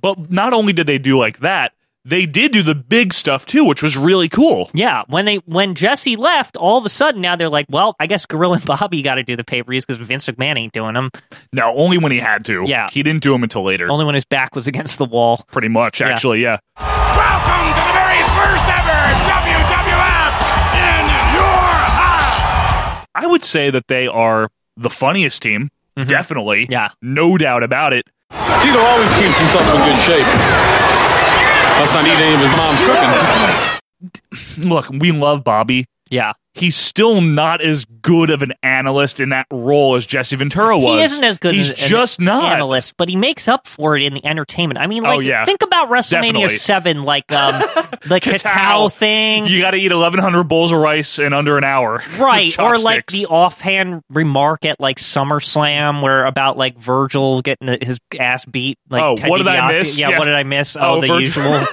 But not only did they do like that, they did do the big stuff too, which was really cool.
Yeah, when they when Jesse left, all of a sudden now they're like, well, I guess Gorilla and Bobby got to do the pay per views because Vince McMahon ain't doing them.
No, only when he had to.
Yeah.
He didn't do them until later.
Only when his back was against the wall.
Pretty much, actually, yeah.
Welcome to the very first ever WWF in your house.
I would say that they are the funniest team, definitely.
Mm-hmm. Yeah.
No doubt about it.
Tito always keeps himself in good shape. Must not eat any of his mom's cooking.
Look, we love Bobby.
Yeah.
He's still not as good of an analyst in that role as Jesse Ventura was.
He isn't as good
He's
as
just
an
not.
analyst, but he makes up for it in the entertainment. I mean,
Oh,
like,
yeah.
think about WrestleMania
Definitely.
Seven, like um, the Katao thing,
You got to eat 1,100 bowls of rice in under an hour.
right? Or like
Chopsticks.
the offhand remark at like SummerSlam, where about like Virgil getting the- his ass beat. Like,
Oh,
Ted
what did I
DiBiase.
miss?
Yeah,
Yeah.
what did I miss? Oh,
Oh,
the
Virgil.
usual.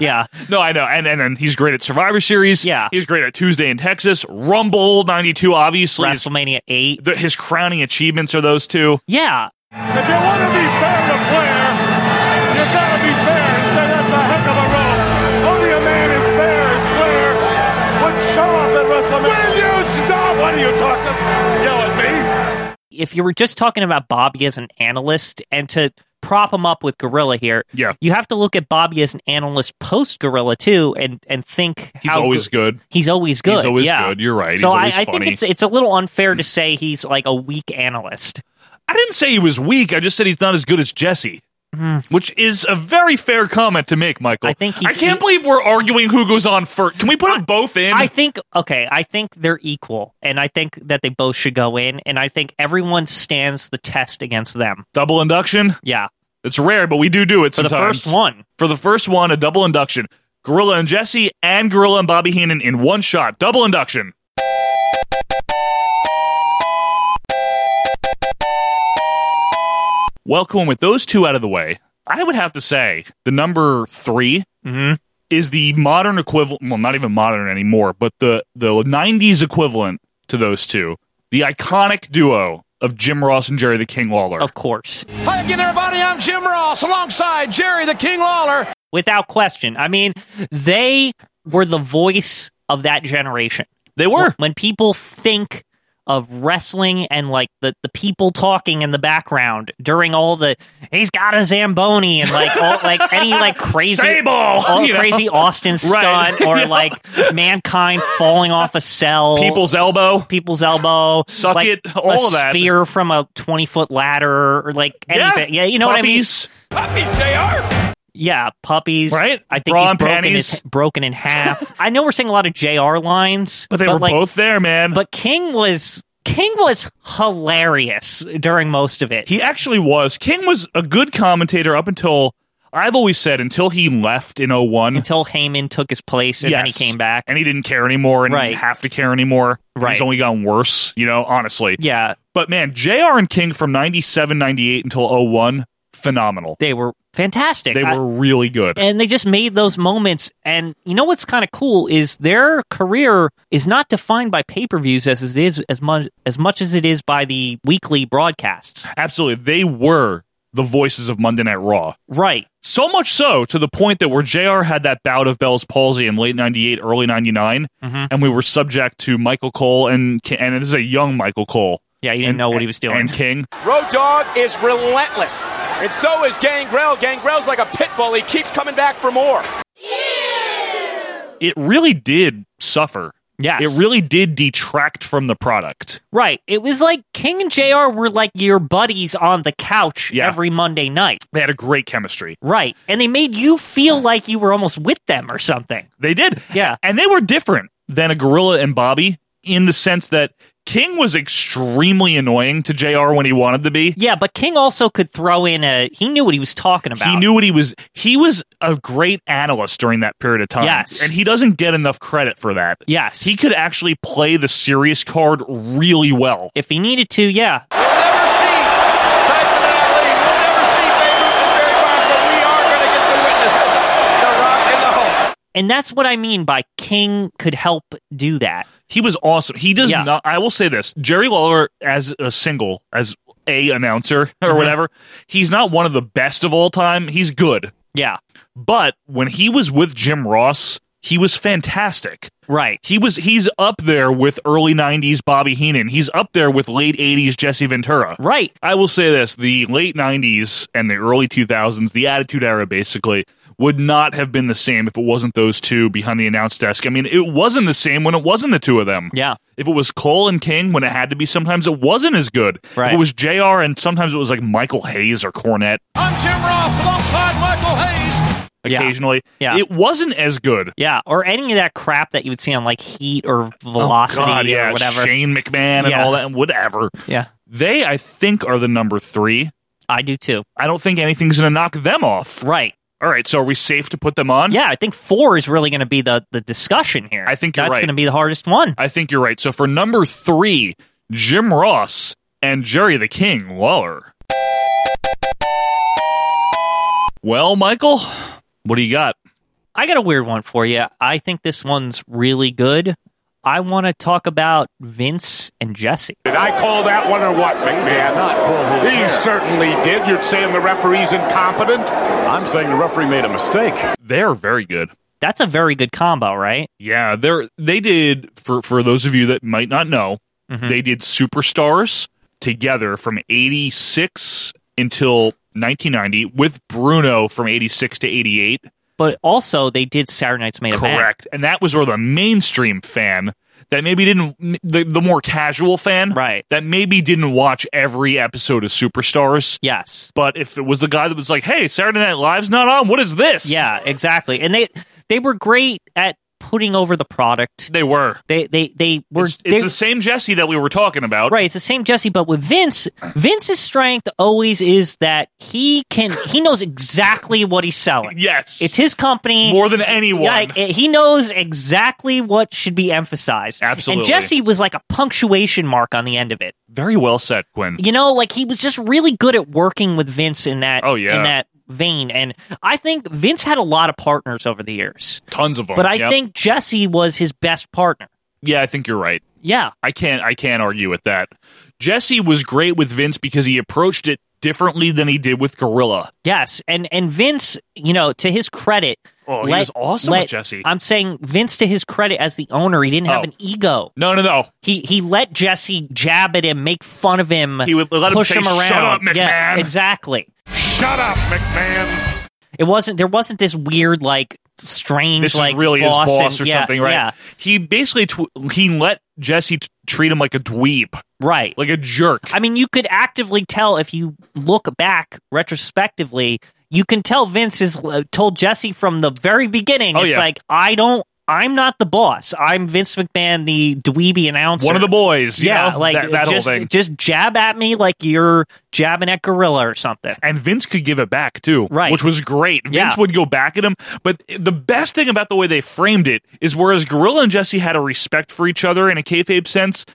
yeah,
No, I know, and and, and he's great at Survivor Series. Yeah, he's great at Tuesday in Texas, Rumble '92. Obviously,
WrestleMania eight.
his crowning achievements are those two.
yeah.
If you want to be fair to Flair, you gotta be fair and say that's a heck of a run. Only a man as fair as Flair would show up at WrestleMania. Will you stop? What are you talking? Yell at me.
if you were just talking about Bobby as an analyst and to prop him up with Gorilla here,
yeah.
you have to look at Bobby as an analyst post Gorilla too and and think
He's
how
always good.
He's always good.
He's always
yeah.
good. You're right.
So
He's
I,
always
I
funny.
think it's it's a little unfair to say he's like a weak analyst.
I didn't say he was weak. I just said he's not as good as Jesse.
Mm-hmm.
Which is a very fair comment to make, Michael. I think I can't believe we're arguing who goes on first. Can we put them both in?
I think okay, I think they're equal and I think that they both should go in and I think everyone stands the test against them.
double induction.
Yeah.
It's rare, but we do do it
For the
sometimes.
first one.
For the first one, a double induction. Gorilla and Jesse and Gorilla and Bobby Heenan in one shot. Double induction. Welcome with those two out of the way. I would have to say the number 3
Mm-hmm.
is the modern equivalent. Well, not even modern anymore, but the the '90s equivalent to those two, the iconic duo of Jim Ross and Jerry the King Lawler. Of
course,
Hi again, everybody. I'm Jim Ross alongside Jerry the King Lawler.
Without question. I mean, they were the voice of that generation.
They were.
When, people think of wrestling and like the, the people talking in the background during all the he's got a Zamboni and like all like any like crazy
Sable!
all
You know?
crazy Austin
Right.
stunt or
Yeah.
like mankind falling off a cell.
People's elbow.
People's elbow.
Suck
like,
it, all
a
of that.
Spear from a twenty foot ladder or like
Yeah.
anything. Yeah, you know
Puppies.
what I mean? Yeah, puppies.
Right?
I think
Bra
he's
and
broken,
panties.
his- broken in half. I know we're saying a lot of JR lines,
But they were
like,
both there, man.
But King was King was hilarious during most of it.
He actually was. King was a good commentator up until I've always said until he left in 01.
Until Heyman took his place and then he came back.
And he didn't care anymore and he didn't have to care anymore.
Right.
He's only gotten worse, you know, honestly.
Yeah.
But man, JR and King from 97, 98 until 01, phenomenal.
They were fantastic.
They
I-
were really good.
and they just made those moments. And you know what's kind of cool is their career is not defined by pay per views as it is as much as much as it is by the weekly broadcasts.
Absolutely. They were the voices of Monday Night Raw.
Right.
So much so to the point that where JR had that bout of Bell's palsy in late 98, early 99,
Mhm.
and we were subject to Michael Cole and Ki- and this is a young Michael Cole.
Yeah, he didn't know what he was doing.
And King.
Road Dog is relentless, and so is Gangrel. Gangrel's like a pit bull. He keeps coming back for more.
It really did suffer.
Yes.
It really did detract from the product.
Right. It was like King and JR were like your buddies on the couch every Monday night.
They had a great chemistry.
Right. And they made you feel like you were almost with them or something.
They did.
Yeah.
And they were different than a Gorilla and Bobby in the sense that King was extremely annoying to JR when he wanted to be.
Yeah, but King also could throw in a he knew what he was talking about.
He knew what he was. He was a great analyst during that period of time.
Yes.
And he doesn't get enough credit for that.
Yes.
He could actually play the serious card really well.
If he needed to, yeah. And that's what I mean by King could help do that.
He was awesome. He does not. I will say this: Jerry Lawler as a single, as a announcer or
Mhm.
whatever, he's not one of the best of all time. He's good.
Yeah.
But when he was with Jim Ross, he was fantastic.
Right.
He was he's up there with early 90s Bobby Heenan. He's up there with late 80s Jesse Ventura.
Right.
I will say this, the late 90s and the early 2000s, the Attitude Era basically would not have been the same if it wasn't those two behind the announce desk. I mean, it wasn't the same when it wasn't the two of them.
Yeah.
If it was Cole and King when it had to be, sometimes it wasn't as good.
Right.
If it was JR and sometimes it was like Michael Hayes or Cornette
I'm Jim Ross alongside Michael Hayes.
occasionally.
Yeah.
It wasn't as good.
Yeah, or any of that crap that you would see on like Heat or Velocity
Oh, God, yeah.
or whatever.
Shane McMahon and
Yeah.
all that and whatever.
Yeah.
They, I think, are the number three.
I do too.
I don't think anything's going to knock them off.
Right.
All right. So are we safe to put them on?
Yeah, I think four is really going to be the, the discussion here.
I think you're
that's
right.
going to be the hardest one.
I think you're right. So for number three, Jim Ross and Jerry the King Lawler. Well, Michael, what do you got?
I got a weird one for you. I think this one's really good. I want to talk about Vince and Jesse.
Did I call that one or what, McMahon? Not He certainly did. You're saying the referee's incompetent? I'm saying the referee made a mistake.
They're very good.
That's a very good combo, right?
Yeah, they're they did for for those of you that might not know, they did Superstars together from 86 until 1990 with Bruno from 86 to 88.
But also, they did Saturday Night's Made of
Correct. And that was where the mainstream fan that maybe didn't the, the more casual fan
Right.
that maybe didn't watch every episode of Superstars.
Yes.
But if it was the guy that was like, "Hey, Saturday Night Live's not on. What is this?"
Yeah, exactly. And they they were great at putting over the product.
They were.
They they they were
It's,
they-
it's the same Jesse that we were talking about.
Right, it's the same Jesse, but with Vince, Vince's strength always is that he can he knows exactly what he's selling.
Yes.
It's his company
More than anyone.
Like, eh, he knows exactly what should be emphasized.
Absolutely.
And Jesse was like a punctuation mark on the end of it.
Very well said, Quinn.
You know, like he was just really good at working with Vince in that
Oh, yeah.
in that vein. And I think Vince had a lot of partners over the years.
Tons of them.
But I
Yep.
think Jesse was his best partner.
Yeah, I think you're right.
Yeah.
I can't I can't argue with that. Jesse was great with Vince because he approached it differently than he did with Gorilla.
Yes, and and Vince, you know, to his credit,
Oh, he was awesome with Jesse.
I'm saying Vince, to his credit, as the owner, he didn't have
Oh.
an ego.
No, no, no.
He he let Jesse jab at him, make fun of him.
He would let him
push
say,
him around.
"Shut up,
Yeah,
McMahon."
exactly.
Shut up, McMahon.
It wasn't there wasn't this weird like strange
This
like
is really
boss
his
and-
boss or
yeah,
something, right?
Yeah,
He basically tw- he let Jesse t- treat him like a dweeb,
right.
like a jerk.
I mean, you could actively tell if you look back retrospectively. You can tell Vince has uh, told Jesse from the very beginning.
Oh,
it's
yeah.
like I don't. I'm not the boss. I'm Vince McMahon, the dweeby announcer.
One of the boys, you
Yeah,
know?
like
that, that
just,
whole thing.
Just jab at me like you're jabbing at gorilla or something.
and Vince could give it back too,
Right.
Which was great. Vince
Yeah.
would go back at him, but the best thing about the way they framed it is whereas Gorilla and Jesse had a respect for each other in a kayfabe sense,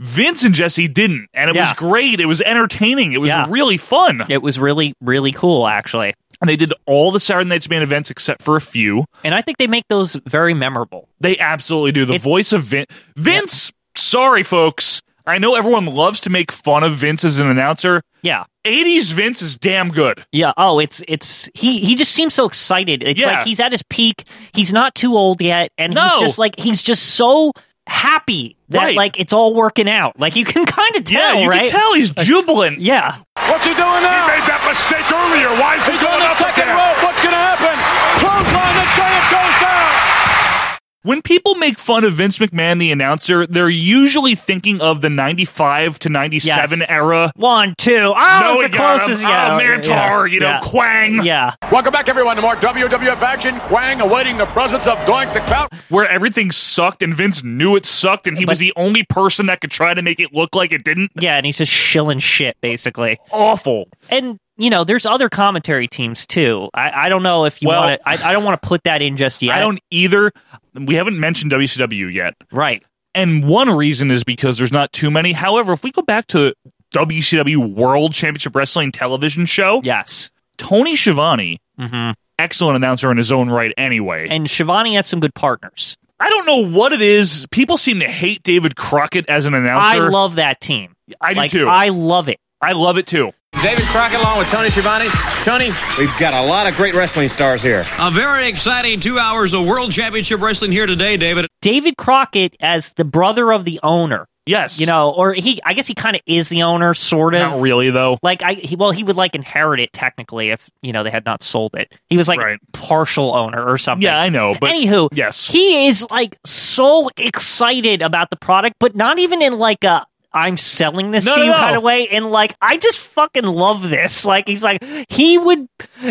Vince and Jesse didn't, and it was
Yeah.
great. It was entertaining. It was
Yeah.
really fun,
It was really really cool actually,
and they did all the Saturday Night's Main events except for a few.
and I think they make those very memorable.
They absolutely do. The
It-
voice of Vince. Vince, sorry folks, I know everyone loves to make fun of Vince as an announcer.
Yeah.
80s Vince is damn good.
Yeah. Oh, it's it's he he just seems so excited. It's
Yeah.
like he's at his peak. He's not too old yet, and
No.
he's just like he's just so happy that
Right.
like it's all working out. Like you can kind of
Yeah,
tell,
you
right?
can tell he's jubilant.
Yeah.
What's he doing
He
now?
made that mistake earlier. Why is he
He's on
going
the
up
second
again?
rope. What's going to happen? Clothesline, the giant goes down.
When people make fun of Vince McMahon, the announcer, they're usually thinking of the 95 to 97
Yes.
era.
One, two. Oh, that was
Noah
the closest.
Gautam,
Yeah.
oh, Mantar,
yeah,
you know,
yeah.
Quang.
Yeah.
Welcome back, everyone, to more WWF action. Quang awaiting the presence of Doink the Clown.
Where everything sucked and Vince knew it sucked and he was
But-
the only person that could try to make it look like it didn't.
Yeah, and he's just shilling shit basically.
Awful.
And you know, there's other commentary teams too. I, I don't know if you
Well-
want to. I, I don't want to put that in just yet.
I don't either. We haven't mentioned WCW yet.
Right.
And one reason is because there's not too many. However, if we go back to WCW World Championship Wrestling television show,
Yes.
Tony Schiavone,
Mhm.
excellent announcer in his own right anyway.
And Shivani had some good partners.
I don't know what it is. People seem to hate David Crockett as an announcer.
I love that team.
I do
Like,
too.
I love it.
I love it too.
David Crockett along with Tony Schiavone. Tony, we've got a lot of great wrestling stars here.
A very exciting two hours of World Championship Wrestling here today, David.
David Crockett as the brother of the owner.
Yes.
You know, or he, I guess he kind of is the owner, sort of.
Not really, though.
Like, I, he, well, he would like inherit it technically if, you know, they had not sold it. He was like a partial owner or something.
Yeah, I know, but-
anywho,
yes.
He is like so excited about the product, but not even in like a, I'm selling this
No,
to
no,
you
no.
kind of way. And like, I just fucking love this. Like, he's like, he would,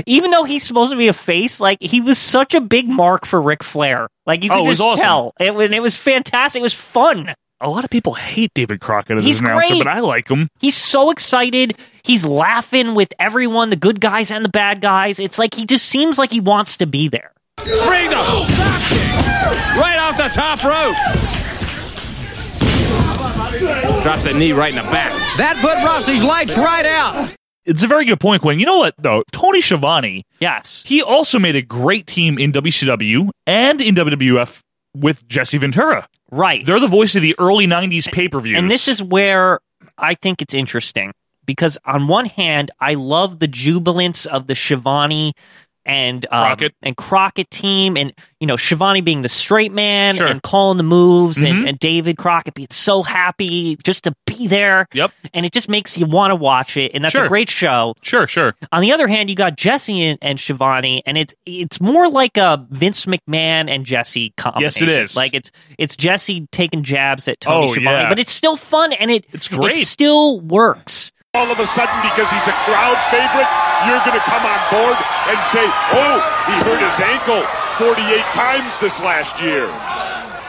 even though he's supposed to be a face, like, he was such a big mark for Ric Flair. Like, you
Oh,
could
it was
just
awesome.
tell. It, was- it was fantastic. It was fun.
A lot of people hate David Crockett as
He's
an announcer,
great.
but I like him.
He's so excited. He's laughing with everyone, the good guys and the bad guys. It's like he just seems like he wants to be there.
Springs him. Right off the top rope.
Drops that knee right in the back.
That put Rossi's lights right out.
It's a very good point, Quinn. You know what though? Tony Schiavone.
Yes.
He also made a great team in WCW and in WWF with Jesse Ventura.
Right.
They're the voice of the early '90s pay-per-views.
And this is where I think it's interesting because on one hand, I love the jubilance of the Shivani and um,
Crockett.
and Crockett team, and you know Shivani being the straight man
Sure.
and calling the moves, and,
Mhm.
and David Crockett being so happy just to be there.
Yep,
and it just makes you want to watch it, and that's
Sure.
a great show.
Sure, sure.
On the other hand, you got Jesse and, and Shivani, and it's it's more like a Vince McMahon and Jesse combination.
is.
Like it's it's Jesse taking jabs at Tony
Oh,
Schiavone,
yeah.
but it's still fun and it it's
great.
It still works.
All of a sudden, because he's a crowd favorite, you're going to come on board and say, oh, he hurt his ankle 48 times this last year.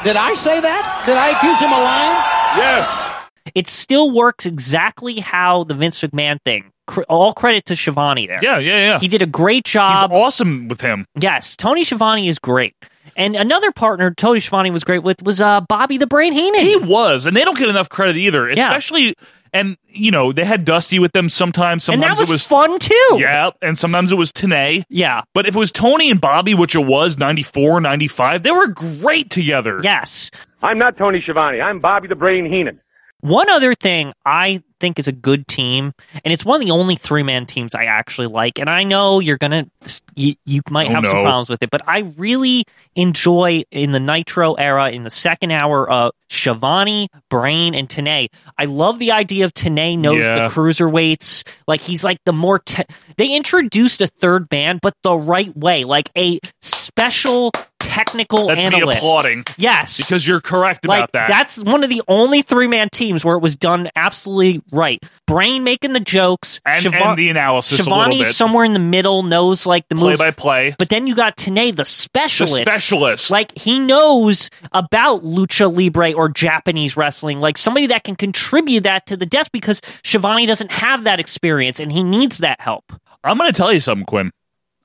Did I say that? Did I accuse him of lying?
Yes.
It still works exactly how the Vince McMahon thing. Cr- all credit to Shivani there.
Yeah, yeah, yeah.
He um, did a great job.
He's awesome with him.
Yes, Tony Schiavone is great. And another partner Tony Schiavone was great with was uh, Bobby the Brain Heenan.
He was, and they don't get enough credit either, especially. And you know they had Dusty with them sometimes.
And
Sometimes
that
it
was
was
fun, too.
Yeah, and sometimes it was Tanay.
Yeah,
but if it was Tony and Bobby, which it was 94, 95, they were great together.
Yes,
I'm not Tony Schiavone. I'm Bobby the Brain Heenan.
One other thing I think is a good team, and it's one of the only three man teams I actually like. And I know you're gonna, you, you might
Oh,
have some
no.
problems with it, but I really enjoy in the Nitro era, in the second hour, uh, Shivani, Brain, and Tanay. I love the idea of Tanay knows
Yeah.
the cruiserweights. Like he's like the more te- they introduced a third man, but the right way, like a special technical
That's me
analyst.
applauding.
Yes,
because you're correct about
like
that.
that's one of the only three man teams where it was done absolutely right. Brain making the jokes
And- and the analysis a little
Shivani
bit.
somewhere in the middle knows like the
Play
moves
by play.
But then you got Tanay the specialist,
specialist.
Like he knows about lucha libre or Japanese wrestling. Like somebody that can contribute that to the desk because Shivani doesn't have that experience and he needs that help.
I'm going to tell you something, Quinn.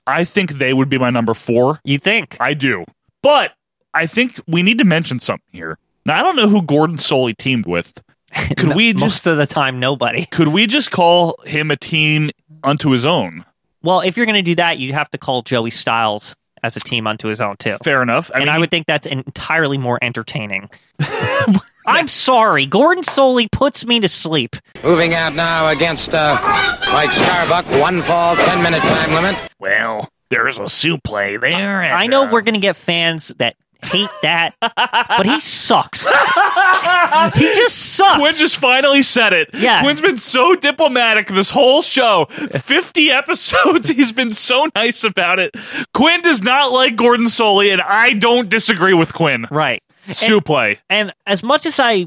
I think they would be my number four.
You think?
I do. But I think we need to mention something here. Now, I don't know who Gordon Soley teamed with. Could we just,
Most of the time, nobody.
could we just call him a team unto his own?
Well, if you're going to do that, you'd have to call Joey Styles as a team unto his own too.
Fair enough.
and I would think that's entirely more entertaining. I'm sorry, Gordon Soley puts me to sleep.
Moving out now against uh, Mike Starbuck. One fall, ten minute time limit.
Well, there's a soup play there. uh,
I know we're going to get fans that hate that, but he sucks. he just sucks.
Quinn just finally said it.
Yeah.
Quinn's been so diplomatic this whole show. 50 episodes. He's been so nice about it. Quinn does not like Gordon Soley, and I don't disagree with Quinn.
Right.
Soup play.
And as much as I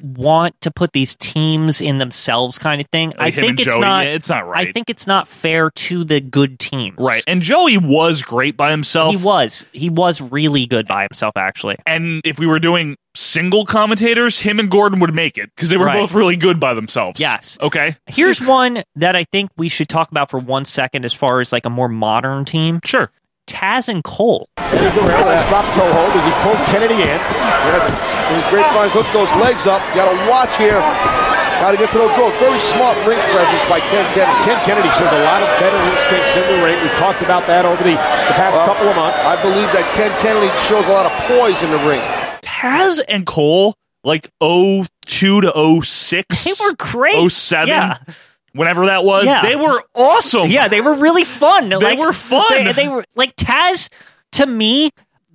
want to put these teams in themselves kind of thing, I
Him
think
and
it's
Joey,
not
yeah, it's not right.
I think it's not fair to the good teams.
Right. And Joey was great by himself.
He was. He was really good by himself actually.
And if we were doing single commentators, him and Gordon would make it because they were
Right.
both really good by themselves.
Yes.
Okay.
Here's one that I think we should talk about for one second as far as like a more modern team.
Sure.
Taz and Cole.
Nice drop toe hold as he pulled Kennedy in. Yeah, great fine hook those legs up. Got to watch here. Got to get to those ropes. Very smart ring presence by Ken Kennedy.
Ken Kennedy shows a lot of better instincts in the ring. We've talked about that over the, the past
Well,
couple of months.
I believe that Ken Kennedy shows a lot of poise in the ring.
Taz and oh Cole, like 02 to 06. They were
great.
07.
Yeah.
whenever that was.
Yeah.
They were awesome.
Yeah, they were really fun.
Oh.
They
were fun.
They, they were like Taz. To me,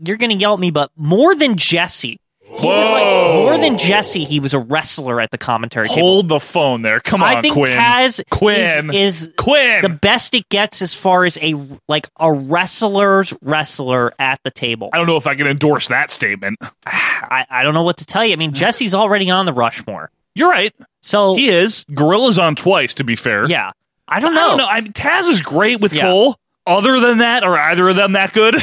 you're gonna yell at me, but more than Jesse. He was like
Whoa.
more than Jesse. He was a wrestler at the commentary table.
Hold the phone there. Come on,
I think
Quinn.
Taz
Quinn.
is, is
Quinn.
the best it gets as far as a like a wrestler's wrestler at the table.
I don't know if I can endorse that statement.
I, I don't know what to tell you. I mean, Jesse's already on the Rushmore.
You're right.
So
he is. Gorilla's on twice, to be fair.
Yeah. I don't
I
know.
don't know. I mean, Taz is great with
Yeah. Mm,
Cole. Other than that, are either of them that good?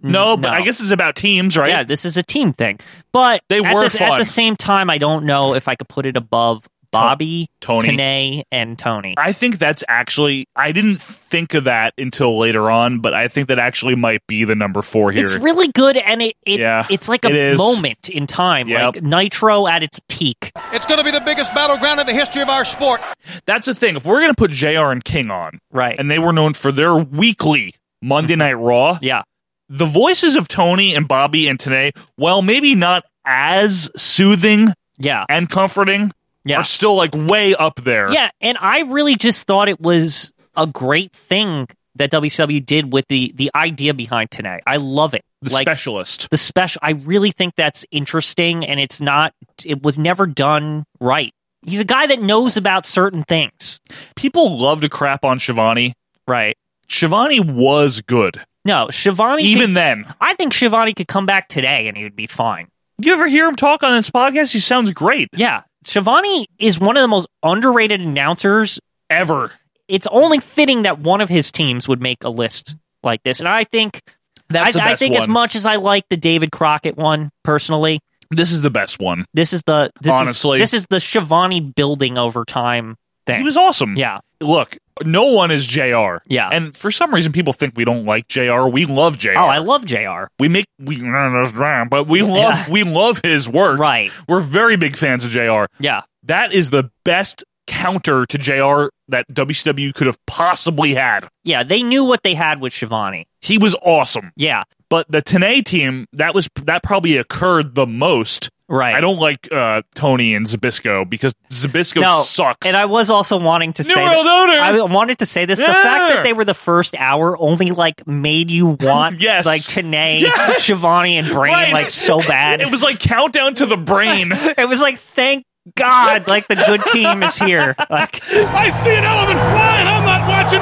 no, but I guess it's about teams, right?
Yeah, this is a team thing. But
They
at,
were
this- at
fun.
the same time, I don't know if I could put it above Bobby,
Tony.
Tanae, and Tony.
I think that's actually. I didn't think of that until later on, but I think that actually might be the number four here.
It's really good, and it, it
Yeah,
it's like a
it is.
moment in time,
Yep.
like Nitro at its peak.
It's going to be the biggest battleground in the history of our sport.
that's the thing. If we're gonna put Jr. and King on,
right, Mm-hmm.
and they were known for their weekly Monday Night Raw,
yeah,
the voices of Tony and Bobby and today, well, maybe not as soothing,
yeah,
and comforting,
yeah.
are still like way up there.
Yeah, and I really just thought it was a great thing that WCW did with the the idea behind Tanae. I love it.
The
Like,
specialist.
the special i really think that's interesting and it's not it was never done right he's a guy that knows about certain things
People love to crap on Shivani.
right
Shivani was good.
no shivani
Even
could-
then.
i think shivani could come back today and he would be fine
You ever hear him talk on this podcast? He sounds great.
yeah shivani is one of the most underrated announcers
Ever.
it's only fitting that one of his teams would make a list like this and i think
That's
I,
the
I
best
think as
one.
much as i like the david crockett one personally
This is the best one.
this is the this is-
Honestly.
this is the shivani building over time thing
He was awesome.
yeah
Look, no one is JR.
Yeah.
And for some reason people think we don't like JR. We love JR.
Oh, I love JR.
we make we but we love
Yeah.
we love his work.
Right.
We're very big fans of JR.
Yeah.
That is the best counter to JR that WCW could have possibly had.
Yeah, they knew what they had with Shivani.
He was awesome.
Yeah.
But the Tanay team, that was that probably occurred the most.
Right.
I don't like uh, Tony and Zabisco because Zabisco
no,
sucks.
And I was also wanting to say
New
that,
World Order!
I wanted to say this. The
Yeah!
fact that they were the first hour only like made you want
Yes.
like Tanae,
Yes!
Shivani, and Brain
Right.
like so bad.
it was like countdown to the brain.
it was like thank God like the good team is here. Like
I see an elephant flying. I'm not watching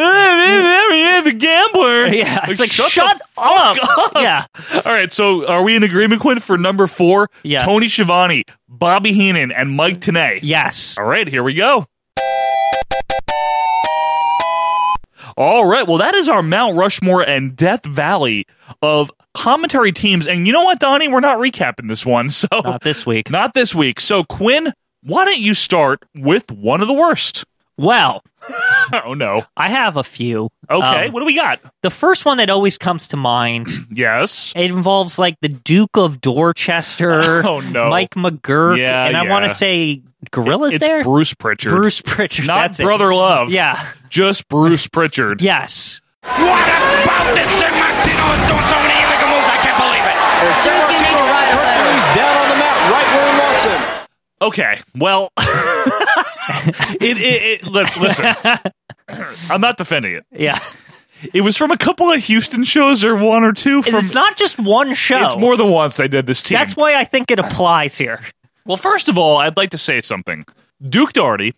Dumbo.
the gambler.
yeah, it's like shut,
the
up.
fuck up.
Yeah.
All right, so are we in agreement, Quinn, for number four?
Yeah.
Tony Schiavone, Bobby Heenan, and Mike Tanay.
Yes.
All right, here we go. All right, well, that is our Mount Rushmore and Death Valley of commentary teams. And you know what, Donnie? We're not recapping this one, so
Not this week.
not this week. So, Quinn, why don't you start with one of the worst?
Well,
Oh, no.
I have a few.
Okay,
Um,
what do we got?
the first one that always comes to mind
Yes.
It involves like the Duke of Dorchester,
Oh, no.
Mike McGurk,
Yeah,
and I
yeah.
want to say Gorilla's
it's
there.
Bruce Pritchard.
Bruce Pritchard,
Not
that's it.
Brother Love.
Yeah,
Just Bruce Pritchard.
yes,
What about this? uh, Oh, San Martino is doing so many illegal moves. I can't believe it.
There's San Martino right Hercules down on the mat, right where he wants him.
Okay. Well, it, it, it look, listen. I'm not defending it.
yeah.
It was from a couple of Houston shows or one or two
And
from
it's not just one show.
It's more than once they did this team.
That's why I think it applies here.
well, first of all, I'd like to say something. Duke Doherty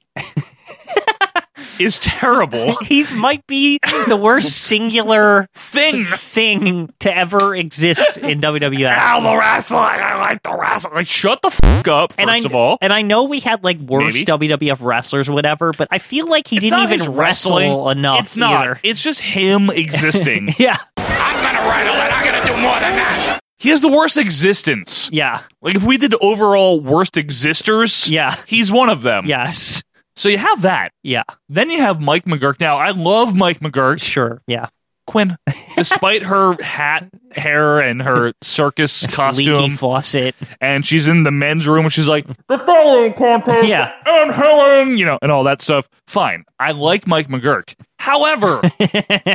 is terrible.
He's might be the worst singular
Thing.
thing to ever exist in WWF.
Ow, the wrestling. I like the wrestling. Like, shut the f- up, first
and I,
of all.
and I know we had like worse
Maybe.
WWF wrestlers, or whatever, but I feel like he
It's
didn't
not
even
his
wrestle
wrestling.
enough.
It's not.
either.
It's just him existing.
Yeah,
I'm gonna write a letter. I'm gonna do more than that.
He has the worst existence.
yeah,
Like if we did overall worst existers,
Yeah.
he's one of them.
yes,
So you have that.
yeah.
Then you have Mike McGurk. Now I love Mike McGurk.
Sure. Yeah.
Quinn, despite her hat, hair, and her circus
Leaky
costume,
faucet.
and she's in the men's room, and she's like the following contest,
Yeah.
and Helen, you know, and all that stuff. Fine, I like Mike McGurk. However,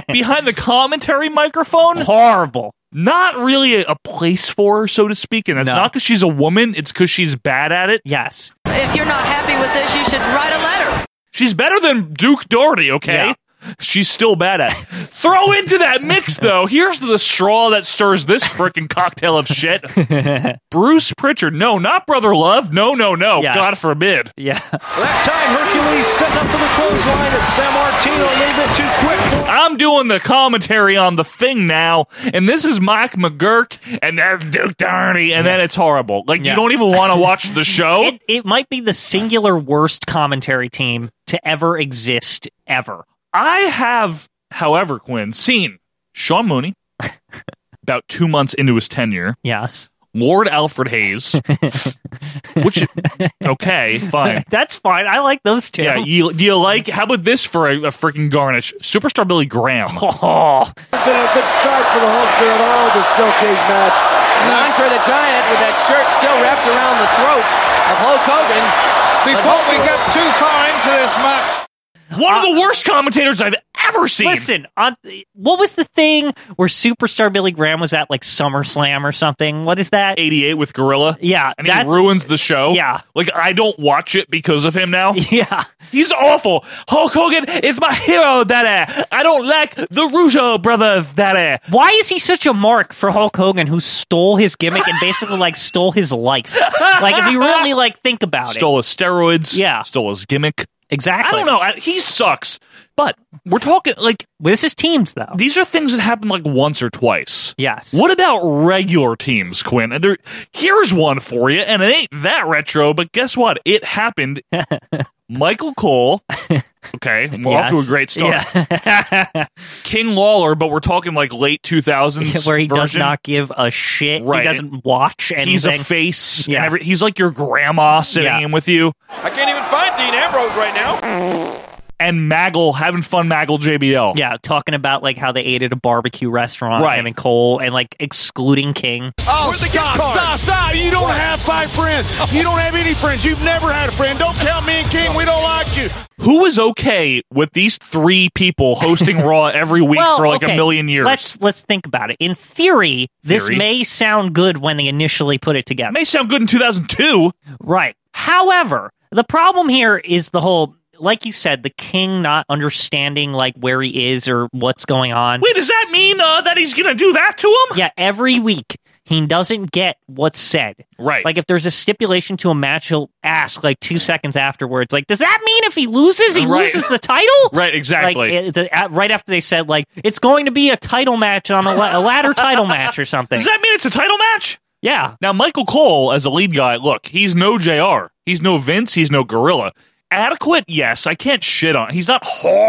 behind the commentary microphone,
Horrible.
not really a, a place for her, so to speak. And it's
No.
not because she's a woman; it's because she's bad at it.
Yes.
If you're not happy with this, you should write a letter.
She's better than Duke Doherty, okay? She's still bad at. it. Throw into that mix though. Here's the straw that stirs this freaking cocktail of shit. Bruce Pritchard. No, not brother love. No, no, no.
Yes.
God forbid.
Yeah.
That time, Hercules setting up for the clothesline, and San Martino a little bit too quick.
I'm doing the commentary on the thing now, and this is Mike McGurk, and that's Duke Doherty, and then it's horrible. Like you don't even want to watch the show.
It, it might be the singular worst commentary team to ever exist ever.
I have, however, Quinn, seen Sean Mooney about two months into his tenure.
Yes.
Lord Alfred Hayes, which okay, fine.
That's fine. I like those two.
Yeah, you, you like? How about this for a, a freaking garnish? Superstar Billy Graham.
Oh,
It's been a good start for the Hulkster at all this steel cage match.
And Andre the Giant with that shirt still wrapped around the throat of Hulk Hogan.
Before we
get too far into this match,
one of the worst commentators I've ever seen.
uh, Listen, on, what was the thing where superstar Billy Graham was at like SummerSlam or something? What is that?
88 with Gorilla.
Yeah.
and he ruins the show.
Yeah.
like I don't watch it because of him now.
Yeah,
he's awful. Hulk Hogan is my hero. That I don't like the Russo brothers. That
Why is he such a mark for Hulk Hogan who stole his gimmick and basically like stole his life? Like if you really like think about
stole his steroids.
Yeah.
stole his gimmick.
Exactly.
I don't know. I, he sucks. But we're talking like
this is teams though.
These are things that happen like once or twice.
Yes.
What about regular teams, Quinn? And there, here's one for you, and it ain't that retro. But guess what? It happened. Michael Cole. Okay, we're off to a
Yes.
great start. King Lawler, but we're talking like late 2000s,
it, where he does
version.
not give a shit.
Right.
He doesn't watch anything.
He's a face. and
Yeah.
every- he's like your grandma sitting
Yeah.
in with you.
I can't even find Dean Ambrose right now.
And Maggle having fun, Maggle JBL.
yeah, talking about like how they ate at a barbecue restaurant,
Right.
him and Cole, and like excluding King.
Oh, stop, stop, stop. You don't have five friends. You don't have any friends. You've never had a friend. Don't count me and King. We don't like you.
Who is okay with these three people hosting Raw every week
Well,
for like
okay,
a million years?
Let's let's think about it. In theory, this
Theory.
may sound good when they initially put it together.
may sound good in 2002.
Right. However, the problem here is the whole like you said, the king not understanding like where he is or what's going on.
Wait, does that mean uh, that he's gonna do that to him?
Yeah, every week he doesn't get what's said.
Right.
Like if there's a stipulation to a match, he'll ask like two seconds afterwards, like, does that mean if he loses, he
Right.
loses the title?
Right, exactly.
Like, it's a- at- right after they said like it's going to be a title match on a, la- a ladder title match or something.
Does that mean it's a title match?
yeah.
Now, Michael Cole, as a lead guy, look, he's no JR. He's no Vince. He's no Gorilla. Adequate, yes. I can't shit on. He's not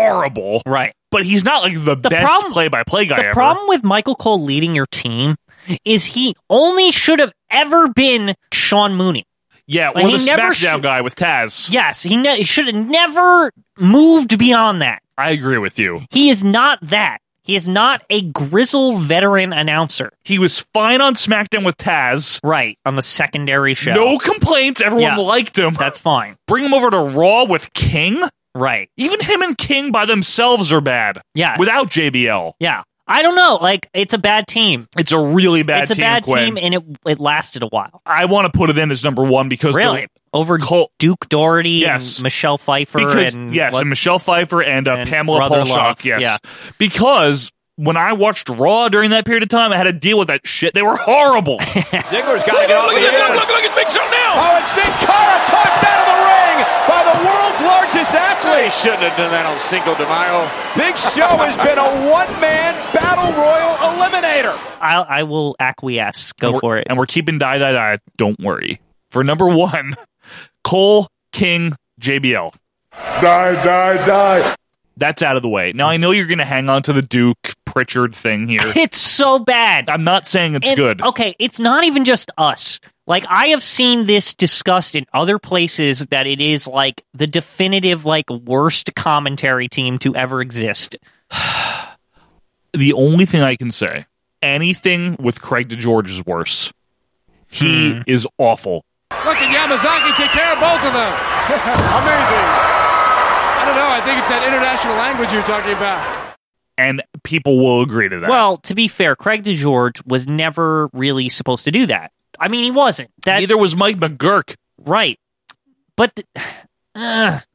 horrible,
Right.
But he's not like the, best
problem-
play-by-play guy
the
ever.
problem with Michael Cole leading your team is he only should have ever been Sean Mooney.
yeah,
Like,
or the
he never
SmackDown
should-
guy with Taz.
Yes, he, ne- he should have never moved beyond that.
I agree with you.
He is not that. He is not a grizzled veteran announcer.
He was fine on SmackDown with Taz.
Right on the secondary show.
No complaints. Everyone
Yeah.
liked him.
that's fine.
Bring him over to Raw with King.
Right.
Even him and King by themselves are bad.
Yes.
Without JBL.
Yeah. I don't know. Like it's a bad team.
It's a really bad
it's a
team.
bad
Quinn.
team, and it it lasted a while.
I want to put it in as number one because the-
Really, over
Cole-
Duke Doherty,
Yes.
and Michelle Pfeiffer,
because
and
yes,
what-
and Michelle Pfeiffer and, uh,
and
Pamela
Brother
Polshock.
Love,
Yes,
yeah.
because when I watched Raw during that period of time, I had to deal with that shit. They were horrible.
Ziggler's got to get off the air.
at Big Show now.
Oh, and Sin Cara tossed out of the ring by the world's largest athlete. They shouldn't have done that on Cinco de Mayo. Big Show has been a one-man battle royal eliminator.
I I will acquiesce. Go
We're-
for it.
And we're keeping die die die. Don't worry. For number one, Cole King JBL.
Die, die, die.
That's out of the way. Now I know you're going to hang on to the Duke Pritchard thing here.
It's so bad.
I'm not saying it's
And-
good.
Okay, it's not even just us. Like I have seen this discussed in other places that it is like the definitive like worst commentary team to ever exist.
the only thing I can say, anything with Craig DeGeorge is worse. He is awful.
Hmm. Look at Yamazaki take care of both of them.
Amazing.
I don't know. I think it's that international language you're talking about.
And people will agree to that.
Well, to be fair, Craig DeGeorge was never really supposed to do that. I mean, he wasn't. That
Neither was Mike McGurk.
right. But th- Ugh.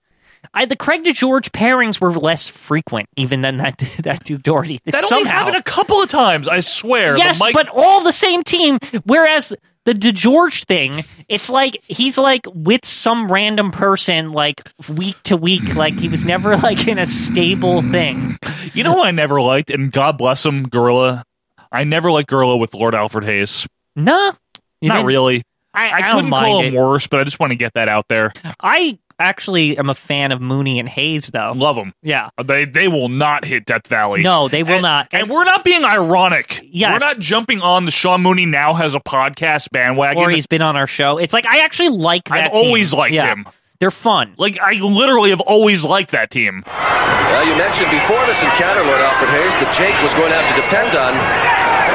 I, the Craig to George pairings were less frequent even than that that Duke Doherty.
That only
Somehow,
happened a couple of times, I swear.
yes,
but, Mike,
but all the same team. Whereas the DeGeorge thing, it's like he's like with some random person like week to week. Like he was never like in a stable thing.
you know who I never liked, and God bless him, Gorilla. I never liked Gorilla with Lord Alfred Hayes.
No, you
not
didn't-
really.
I- I don't
couldn't call
mind
him
it.
worse, but I just want to get that out there.
I actually am a fan of Mooney and Hayes though.
Love them.
Yeah.
They they will not hit Death Valley.
No, they will not.
And we're not being ironic.
Yes.
We're not jumping on the Sean Mooney now has a podcast bandwagon.
Or he's been on our show. It's like I actually like that.
I've
team.
always liked
Yeah.
him.
They're fun.
Like I literally have always liked that team.
Well, you mentioned before this encounter, Lord Alfred Hayes, that Jake was going to have to depend on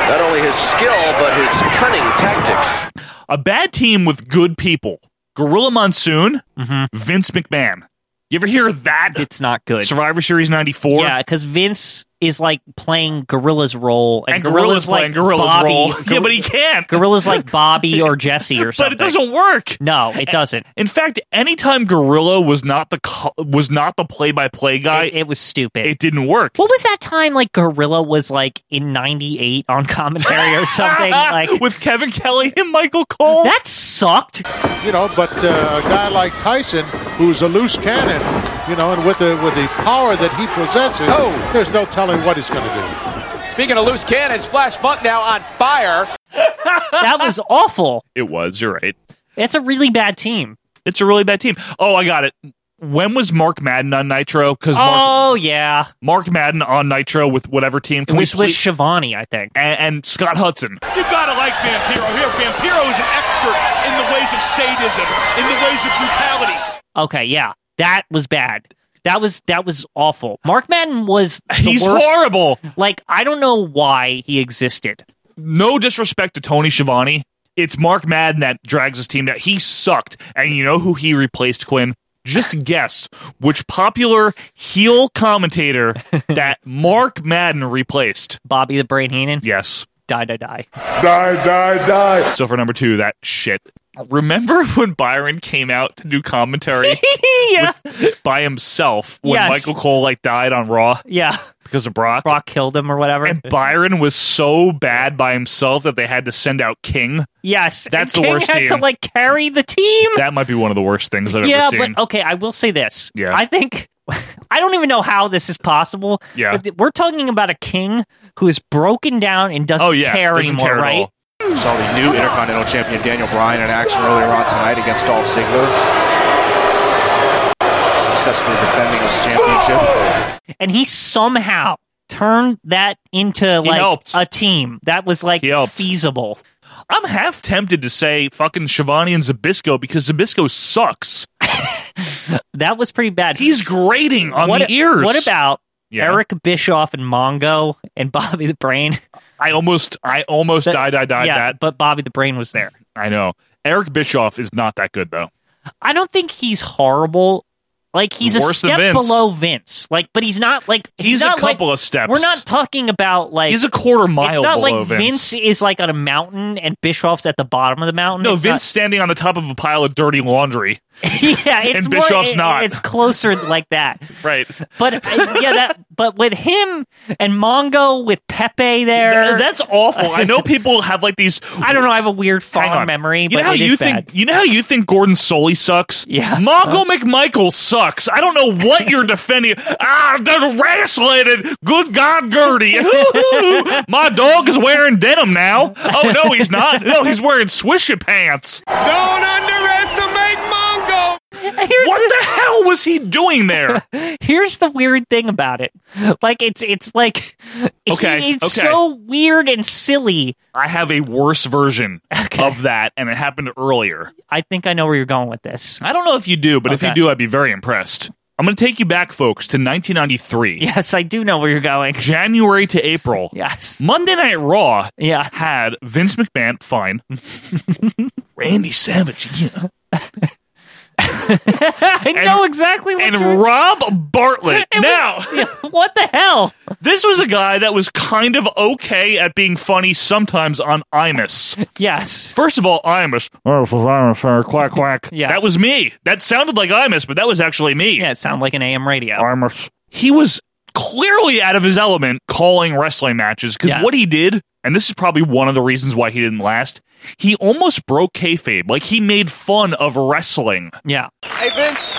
not only his skill, but his cunning tactics.
A bad team with good people. Gorilla Monsoon, Vince McMahon. You ever hear of that?
Mm-hmm. It's not good.
Survivor Series '94.
Yeah, because Vince is like playing Gorilla's role, and,
And Gorilla's
like
playing Gorilla's
Bobby.
role. Yeah, but he can't.
Gorilla's like Bobby or Jesse or
But
something.
it doesn't work.
No, it doesn't.
In fact, anytime Gorilla was not the co- was not the play by play guy, it,
was stupid.
It didn't work.
What was that time like? Gorilla was like in '98 on commentary or something. like
Ah, with Kevin Kelly and Michael Cole.
That sucked.
You know, but uh, a guy like Tyson, who's a loose cannon, you know, and with the with the power that he possesses, Oh, there's no telling what he's going to do.
Speaking of loose cannons, Flash Funk now on fire.
that was awful.
It was. You're right.
It's a really bad team.
It's a really bad team. Oh, I got it. When was Mark Madden on Nitro? Because
Oh yeah,
Mark Madden on Nitro with whatever team.
it
Can
was
we
with
please-
Shivani, I think.
and, and Scott Hudson.
You gotta like Vampiro here. Vampiro is an expert in the ways of sadism, in the ways of brutality.
Okay, yeah, that was bad. That was that was awful. Mark Madden was the
He's
worst.
horrible.
Like I don't know why he existed.
No disrespect to Tony Schiavone. It's Mark Madden that drags his team down. He sucked. And you know who he replaced, Quinn? Just guess which popular heel commentator that Mark Madden replaced.
Bobby the Brain Heenan?
Yes.
Die, die, die.
Die, die, die. So for number two, that shit. Remember when Byron came out to do commentary
yeah.
with- by himself when
Yes.
Michael Cole like died on Raw?
Yeah.
Because of Brock?
Brock killed him or whatever.
And Byron was so bad by himself that they had to send out King.
Yes,
That's
and
the
King
worst
had to
team.
like carry the team.
That might be one of the worst things I've
yeah,
ever seen.
but okay, I will say this.
Yeah.
I think I don't even know how this is possible.
Yeah.
but we're talking about a king who is broken down and doesn't
Oh, yeah,
care
doesn't
anymore,
care at
right?
all.
Saw the new Intercontinental Champion Daniel Bryan in action earlier on tonight against Dolph Ziggler. Successfully defending his championship.
and he somehow turned that into like
helped.
a team that was like feasible.
I'm half tempted to say fucking Shivani and Zabisco because Zabisco sucks.
That was pretty bad.
He's grating on
what,
the ears.
What about
Yeah.
Eric Bischoff and Mongo and Bobby the Brain?
I almost I almost die die die
yeah,
that.
but Bobby the Brain was there.
I know. Eric Bischoff is not that good though.
I don't think he's horrible. Like he's
Worse
a
than
step
Vince.
below Vince. Like, but he's not like he's,
He's a
not like-
couple of steps.
We're not talking about like
He's a quarter mile
It's not
below
like
Vince.
is like on a mountain and Bischoff's at the bottom of the mountain.
No,
It's
Vince standing on the top of a pile of dirty laundry.
not- yeah, it's
and
more-
Bischoff's
it-
not.
It's closer like that.
Right.
But uh, yeah, that. But with him and Mongo with Pepe there,
Th- that's awful. I know people have like these
I don't know. I have a weird
Hang
fond
on.
memory,
You
but
know how
it
you
is
think
bad.
you know how you think Gordon Soley sucks?
Yeah.
Mongo McMichael sucks. I don't know what you're defending. Ah, they're wrestling. Good God, Gertie. Hoo-hoo-hoo. My dog is wearing denim now. Oh no, he's not. No, he's wearing swisher pants.
Don't underestimate Mongo.
Here's
What the hell was he doing there?
Here's the weird thing about it. Like it's it's like
Okay,
it's
okay.
so weird and silly.
I have a worse version of that, and it happened earlier.
I think I know where you're going with this.
I don't know if you do, but if
Okay.
you do, I'd be very impressed. I'm going to take you back, folks, to 1993.
Yes, I do know where you're going.
January to April.
Yes.
Monday Night Raw
yeah.
had Vince McMahon, fine. Randy Savage, yeah.
I know exactly what
and
you're-
Rob Bartlett.
It was-
now,
what the hell?
This was a guy that was kind of okay at being funny sometimes on Imus.
Yes.
First of all, Imus. Oh, this is Imus, sir. Quack, quack.
Yeah.
That was me. That sounded like Imus, but that was actually me. Yeah,
it sounded like an AM radio.
Imus. He was clearly out of his element calling wrestling matches because what he did, and this is probably one of the reasons why he didn't last, he almost broke kayfabe. Like, he made fun of wrestling.
Yeah.
Hey, Vince,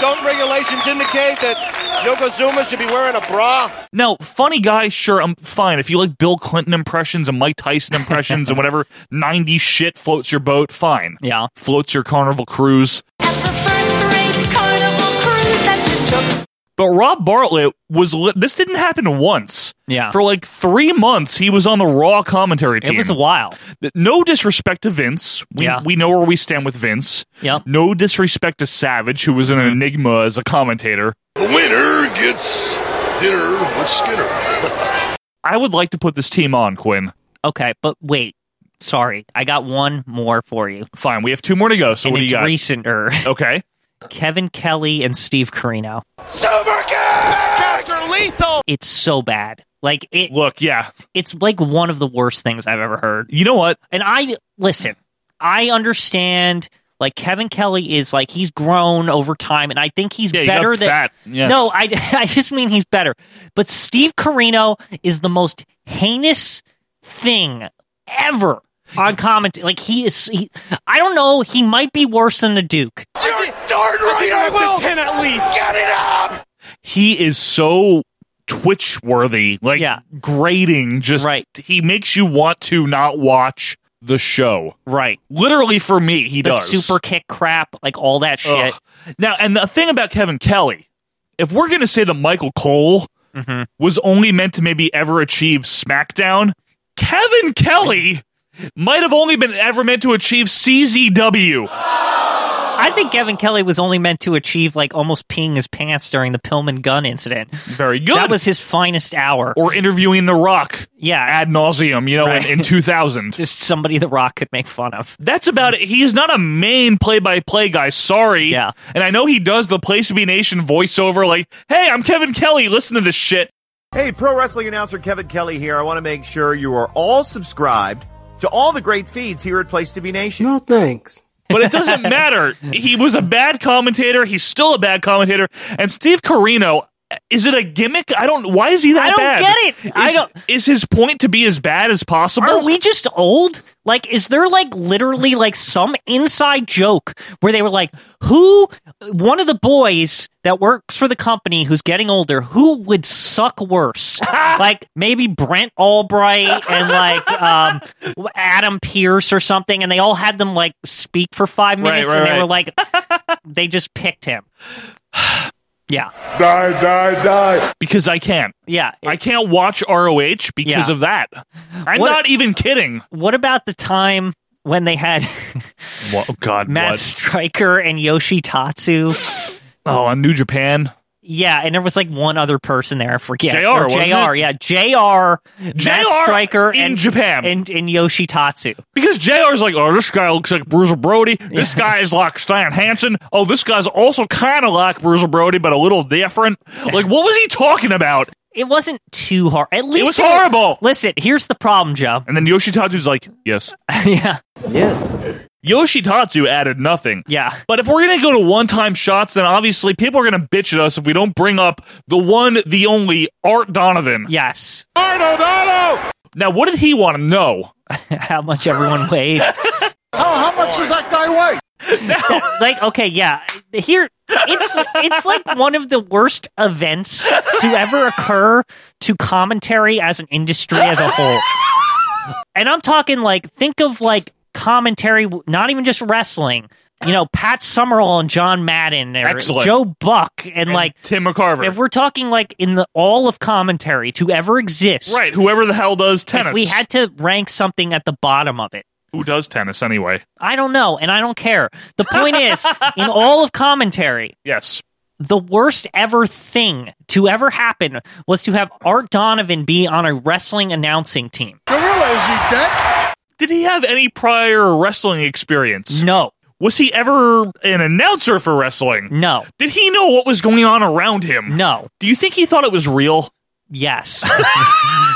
don't regulations indicate that Yokozuna should be wearing a bra?
Now, funny guy, sure, I'm fine. If you like Bill Clinton impressions and Mike Tyson impressions and whatever 90s shit floats your boat, fine.
Yeah.
Floats your carnival cruise. But Rob Bartlett was. Li- this didn't happen once.
Yeah.
For like three months, he was on the Raw commentary
It
team.
was a while.
Th- No disrespect to Vince. We,
Yeah.
we know where we stand with Vince.
Yep. Mm-hmm.
No disrespect to Savage, who was an enigma as a commentator.
The winner gets dinner with Skinner.
I would like to put this team on, Quinn.
Okay, but wait. Sorry, I got one more for you.
Fine, we have two more to go. So
and
what do
it's
you got?
Recenter.
Okay.
Kevin Kelly and Steve Carino.
Super Backbreaker lethal!
It's so bad. Like it.
Look, yeah.
It's like one of the worst things I've ever heard.
You know what?
And I listen. I understand. Like Kevin Kelly is like he's grown over time, and I think he's
he got
better than.
fat, yes.
No, I, I just mean he's better. But Steve Carino is the most heinous thing ever on comment. Like he is. He, I don't know. He might be worse than the Duke.
You're darn right I will. Ten at least. Get it up.
he is so twitch worthy like grating just right he makes you want to not watch the show
right
literally for me he
the
does
super kick crap, like all that shit.
Ugh. now and the thing about kevin kelly if we're gonna say that michael cole was only meant to maybe ever achieve smackdown kevin kelly might have only been ever meant to achieve czw
I think Kevin Kelly was only meant to achieve like almost peeing his pants during the Pillman gun incident.
Very good.
That was his finest hour.
or interviewing the rock
yeah
ad nauseum you know in, in 2000
just somebody the rock could make fun of
That's about it. He's not a main play-by-play guy. Sorry. Yeah. And I know he does the Place to Be Nation voiceover, like, "Hey, I'm Kevin Kelly. Listen to this shit."
Hey, pro wrestling announcer Kevin Kelly here. I want to make sure you are all subscribed to all the great feeds here at Place to Be Nation. No, thanks.
But it doesn't matter. He was a bad commentator. He's still a bad commentator. And Steve Carino, is it a gimmick? I don't. Why is he that?
I don't
bad?
get it. I
Is-
don't-
Is his point to be as bad as possible?
Are we just old? Like, is there like literally like some inside joke where they were like, who, one of the boys that works for the company who's getting older, who would suck worse? like maybe Brent Albright and like um, Adam Pierce or something. And they all had them like speak for five
Right,
minutes
right,
and they
right.
were like, they just picked him. Yeah.
Die, die, die.
Because I can't.
Yeah.
I can't watch ROH because
Yeah.
of that. I'm
What-
not even kidding.
What about the time when they had
What? oh, God.
Matt
what?
Stryker and Yoshi Tatsu?
Oh, on New Japan.
Yeah, and there was like one other person there. I forget.
JR,
Or
wasn't
JR,
it?
yeah. JR, Matt
JR
Stryker
in
and,
Japan.
And, and Yoshi Tatsu.
Because JR's like, oh, this guy looks like Bruiser Brody. This guy is like Stan Hansen. Oh, this guy's also kind of like Bruiser Brody, but a little different. Like, what was he talking about?
It wasn't too hard. At
was
least
horrible.
listen, here's the problem, Joe.
And then Yoshitatsu's like, yes.
yeah.
Yes. Yoshitatsu added nothing.
Yeah.
But if we're going to go to one time shots, then obviously people are going to bitch at us if we don't bring up the one, the only Art Donovan.
Yes.
Art Donovan! Now, what did he want to know?
How much everyone weighed.
Oh, how much does that guy weigh?
like, okay, yeah. Here it's it's like one of the worst events to ever occur to commentary as an industry as a whole. And I'm talking like think of like commentary, not even just wrestling. You know, Pat Summerall and John Madden, or
Excellent.
Joe Buck, and, like
Tim McCarver.
If we're talking like in the all of commentary to ever exist,
Right, whoever the hell does tennis.
If we had to rank something at the bottom of it,
Who does tennis anyway?
I don't know, and I don't care. The point is, in all of commentary,
yes,
the worst ever thing to ever happen was to have Art Donovan be on a wrestling announcing team.
Gorilla, is he dead? Did he have any prior wrestling experience?
No.
Was he ever an announcer for wrestling?
No.
Did he know what was going on around him?
No.
Do you think he thought it was real?
Yes.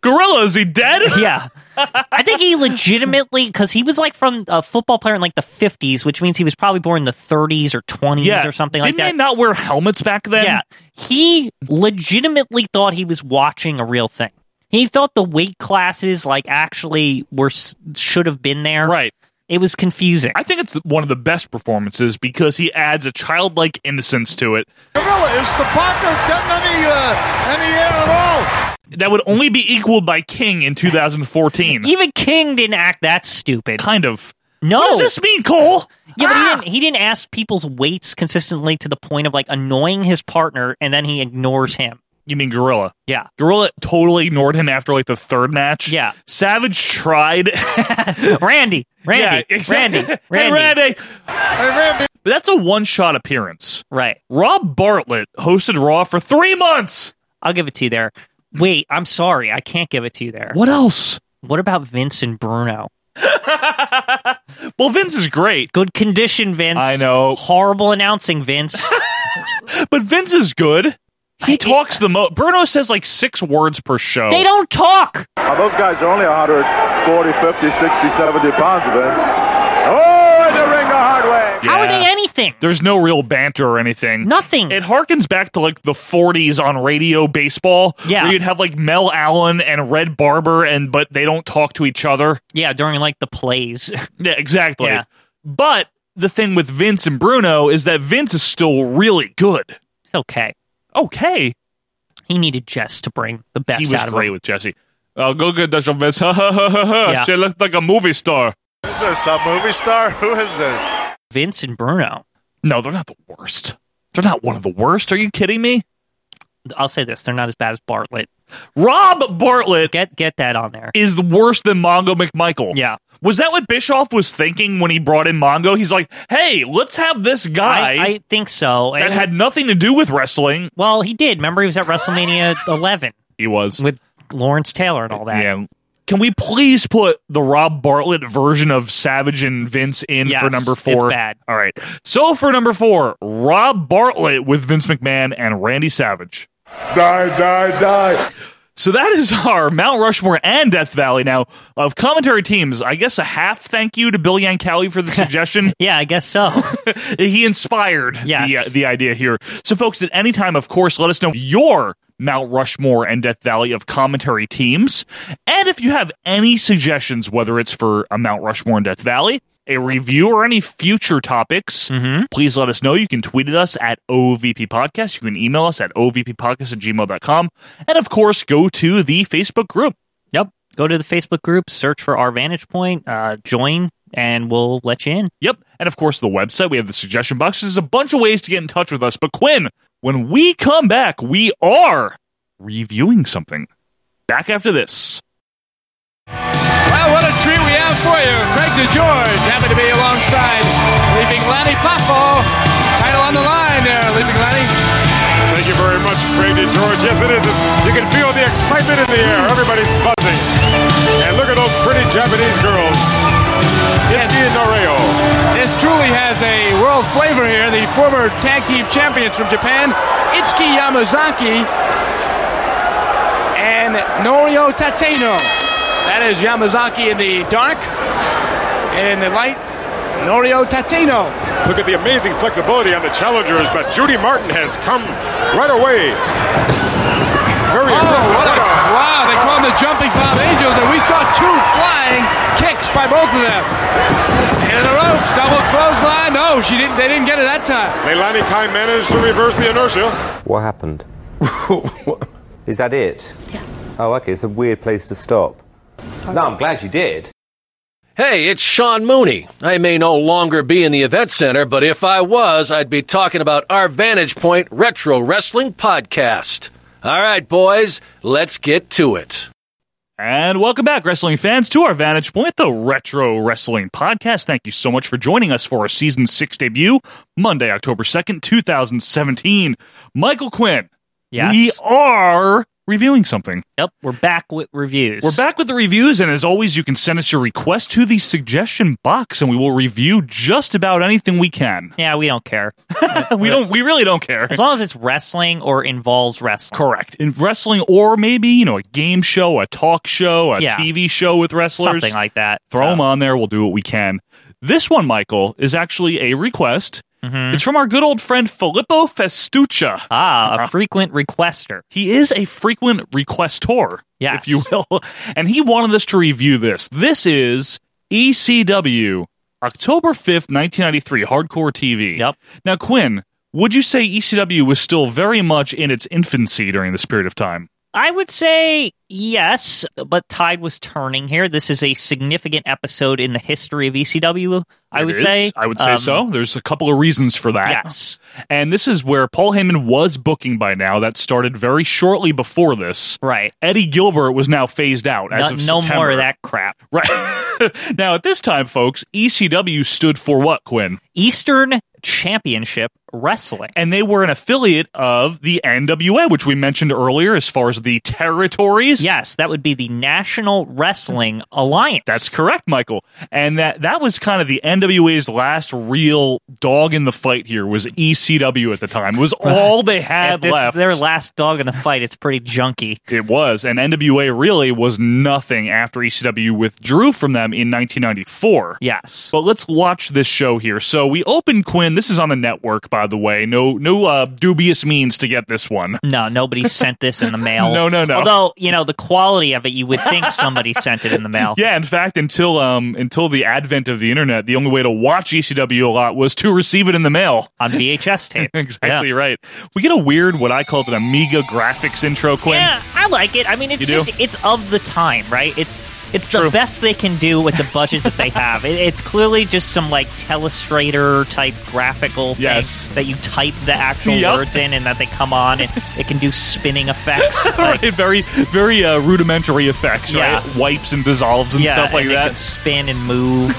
Gorilla, is he dead?
yeah. I think he legitimately because he was like from a football player in like the fifties, which means he was probably born in the thirties or twenties
Yeah.
or something
Didn't
like that.
they not wear helmets back then?
Yeah, he legitimately thought he was watching a real thing. He thought the weight classes like actually were s- should have been there.
Right.
It was confusing.
I think it's one of the best performances because he adds a childlike innocence to it
Gorilla, is Tobacco getting any, uh, any air at all?
that would only be equaled by King in 2014.
Even King didn't act that stupid.
kind of.
No.
What does this mean, Cole?
Yeah, but he
Ah.
didn't. He didn't ask people's weights consistently to the point of like annoying his partner, and then he ignores him.
You mean Gorilla?
Yeah.
Gorilla totally ignored him after like the third match.
Yeah.
Savage tried.
Randy, Randy,
Yeah, exactly.
Randy,
Hey,
Randy.
Randy. But that's a one shot appearance.
Right.
Rob Bartlett hosted Raw for three months.
I'll give it to you there. Wait, I'm sorry, I can't give it to you there.
What else?
What about Vince and Bruno?
Well, Vince is great,
Good condition, Vince.
I know.
Horrible announcing, Vince.
but Vince is good. He talks the most. Bruno says like six words per show.
they don't talk.
those guys are only 140, 50, 60, 70 pounds of it. Oh, in the ring the hard way.
How are
Yeah.
they anything?
There's no real banter or anything.
Nothing.
It harkens back to like the 40s on radio baseball.
Yeah.
Where you'd have like Mel Allen and Red Barber, and but they don't talk to each other.
yeah, during like the plays.
Yeah, exactly.
Yeah.
But the thing with Vince and Bruno is that Vince is still really good.
it's okay.
Okay.
He needed Jess to bring the best
he was
out of
great
him.
with Jesse. Uh, go get that Vince. Ha ha ha ha ha.
Yeah.
She looked like a movie star.
Is this a movie star? Who is this?
Vince and Bruno.
No, they're not the worst. They're not one of the worst. Are you kidding me?
I'll say this: they're not as bad as Bartlett.
Rob Bartlett
Get get that on there.
is worse than Mongo McMichael.
Yeah.
Was that what Bischoff was thinking when he brought in Mongo? He's like, hey, let's have this guy
I, I think so.
that
And-
had nothing to do with wrestling.
well, he did. Remember, he was at WrestleMania 11
He was.
with Lawrence Taylor and all that.
Yeah. Can we please put the Rob Bartlett version of Savage and Vince in
Yes,
for number
it's
four?
bad.
All right. So for number four, Rob Bartlett with Vince McMahon and Randy Savage.
Die, die, die.
So that is our Mount Rushmore and Death Valley now of commentary teams. I guess a half thank you to Bill Yankowie for the suggestion.
Yeah, I guess so.
he inspired
Yes.
the, uh, the idea here. So, folks, at any time, of course, let us know your Mount Rushmore and Death Valley of commentary teams. And if you have any suggestions, whether it's for a Mount Rushmore and Death Valley, a review or any future topics, please let us know. You can tweet at us at OVP Podcast. You can email us at OVPPodcast at gmail.com. And of course, go to the Facebook group.
Yep. Go to the Facebook group, search for our Vantage Point, uh, join, and we'll let you in.
Yep. And of course, the website. We have the suggestion box. There's a bunch of ways to get in touch with us. But Quinn, when we come back, we are reviewing something. Back after this.
Well, what a treat we have for you. Craig DeGeorge, happy to be alongside, leaving Lanny Poffo. Title on the line there, leaving Lanny.
Thank you very much, Craig DeGeorge. Yes, it is. It's, you can feel the excitement in the air. Everybody's buzzing. And look at those pretty Japanese girls. It's the Noreo.
This truly has a world flavor here. The former tag team champions from Japan, Itsuki Yamazaki and Norio Tateno. That is Yamazaki in the dark, and in the light, Norio Tateno.
Look at the amazing flexibility on the challengers, but Judy Martin has come right away. Very
Oh,
aggressive.
what a, wow, they call them the Jumping Bob Angels, and we saw two flying kicks by both of them. In the ropes, double clothesline. No, she didn't. They didn't get it that time.
Leilani Kai managed to reverse the inertia.
What happened? Is that it? Yeah. Oh, okay. It's a weird place to stop. No, I'm glad you did.
Hey, it's Sean Mooney. I may no longer be in the event center, but if I was, I'd be talking about our Vantage Point Retro Wrestling Podcast. All right, boys, let's get to it.
And welcome back, wrestling fans, to our Vantage Point, the Retro Wrestling Podcast. Thank you so much for joining us for our season six debut, Monday, October 2nd, 2017. Michael Quinn,
Yes.
we are reviewing something.
Yep, we're back with reviews.
We're back with the reviews, and as always, you can send us your request to the suggestion box, and we will review just about anything we can.
Yeah, we don't care.
we don't. We really don't care.
As long as it's wrestling or involves wrestling.
Correct. In wrestling, or maybe you know, a game show, a talk show, a
Yeah.
TV show with wrestlers,
Something like that.
Throw
So-
them on there. We'll do what we can. This one, Michael, is actually a request.
Mhm.
It's from our good old friend Filippo Festuccia.
Ah, a frequent requester.
He is a frequent requestor,
Yes.
if you will. And he wanted us to review this. This is ECW, October 5th, 1993, Hardcore TV. Yep. Now, Quinn, would you say ECW was still very much in its infancy during this period of time?
I would say yes, but tide was turning here. This is a significant episode in the history of ECW. I
It
would
is.
say.
I would say
Um,
so. There's a couple of reasons for that.
Yes.
And this is where Paul Heyman was booking by now. That started very shortly before this.
Right.
Eddie Gilbert was now phased out as
No-
of
no more
September.
of that crap.
Right. now, at this time, folks, ECW stood for what, Quinn?
Eastern Championship Wrestling.
And they were an affiliate of the NWA, which we mentioned earlier as far as the territories.
Yes, that would be the National Wrestling Alliance.
That's correct, Michael. And that that was kind of the NWA's last real dog in the fight here was ECW at the time. It was all they
If
had
this is
left.
Their last dog in the fight. It's pretty junky.
It was, and NWA really was nothing after ECW withdrew from them in 1994.
Yes,
but let's watch this show here. So we open Quinn. This is on the network, by the way. No, no uh, dubious means to get this one.
No, nobody sent this in the mail.
No, no, no.
Although you know the quality of it, you would think somebody sent it in the mail.
Yeah, in fact, until um until the advent of the internet, the only way to watch ECW a lot was to receive it in the mail
on VHS tape.
exactly right. We get a weird, what I call an Amiga graphics intro, Quinn.
Yeah, I like it. I mean, it's
You do?
just it's of the time, right? It's it's the best they can do with the budget that they have. It, it's clearly just some like telestrator type graphical thing
Yes.
that you type the actual
Yep.
words in, and that they come on and it can do spinning effects. Like,
Right, very, very uh, rudimentary effects,
Yeah.
right? Wipes and dissolves and
yeah,
stuff like
and
that.
It can spin and move.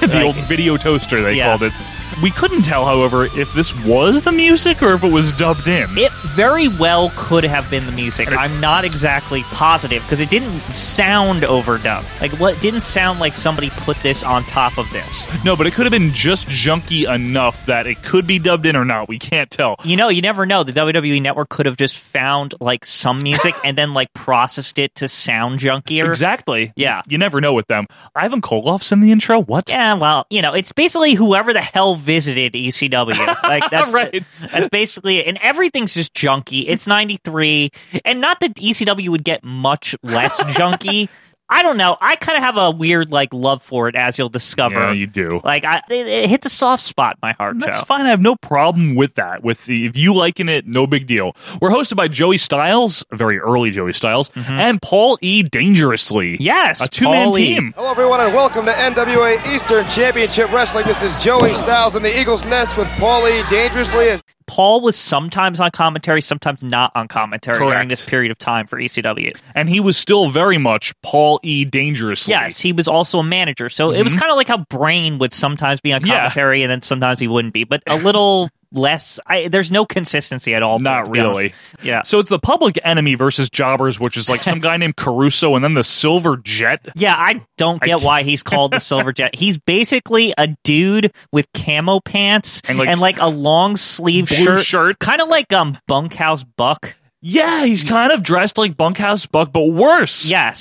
the
Like,
old video toaster they
Yeah.
called it. We couldn't tell, however, if this was the music or if it was dubbed in.
It very well could have been the music. I'm not exactly positive because it didn't sound overdubbed. Like what it didn't sound like somebody put this on top of this.
No, but it could have been just junky enough that it could be dubbed in or not. We can't tell.
You know, you never know. The WWE network could have just found like some music and then like processed it to sound junkier.
Exactly.
Yeah.
You never know with them. Ivan Koloff's in the intro. What?
Yeah, well, you know, it's basically whoever the hell visited ECW. Like that's
Right.
That's basically it. And everything's just junky. It's ninety three, and not that ECW would get much less junky. I don't know. I kind of have a weird like love for it, as you'll discover.
Yeah, you do.
Like, I, it, it hits a soft spot in my heart.
That's
Joe.
fine. I have no problem with that. With the, if you liking it, no big deal. We're hosted by Joey Styles, very early Joey Styles, and Paul E. Dangerously.
Yes,
a two-man
Paul E.
team.
Hello, everyone, and welcome to NWA Eastern Championship Wrestling. This is Joey Styles in the Eagles' Nest with Paulie Dangerously. And
Paul was sometimes on commentary, sometimes not on commentary during
Correct.
this period of time for E ECW.
And he was still very much Paul E. Dangerously.
Yes, he was also a manager. So it was
Mhm.
kind of like how Brain would sometimes be on
Yeah.
commentary and then sometimes he wouldn't be, but a little less. I, there's no consistency at all. to it,
Not
to be honest.
really.
Yeah.
So it's the public enemy versus jobbers, which is like some guy named Caruso and then the Silver Jet.
Yeah, I don't get why he's called the Silver Jet. He's basically a dude with camo pants and
like-
like, a long sleeve
Blue
shirt, kind of like um Bunkhouse Buck.
Yeah, he's kind of dressed like Bunkhouse Buck, but worse.
Yes,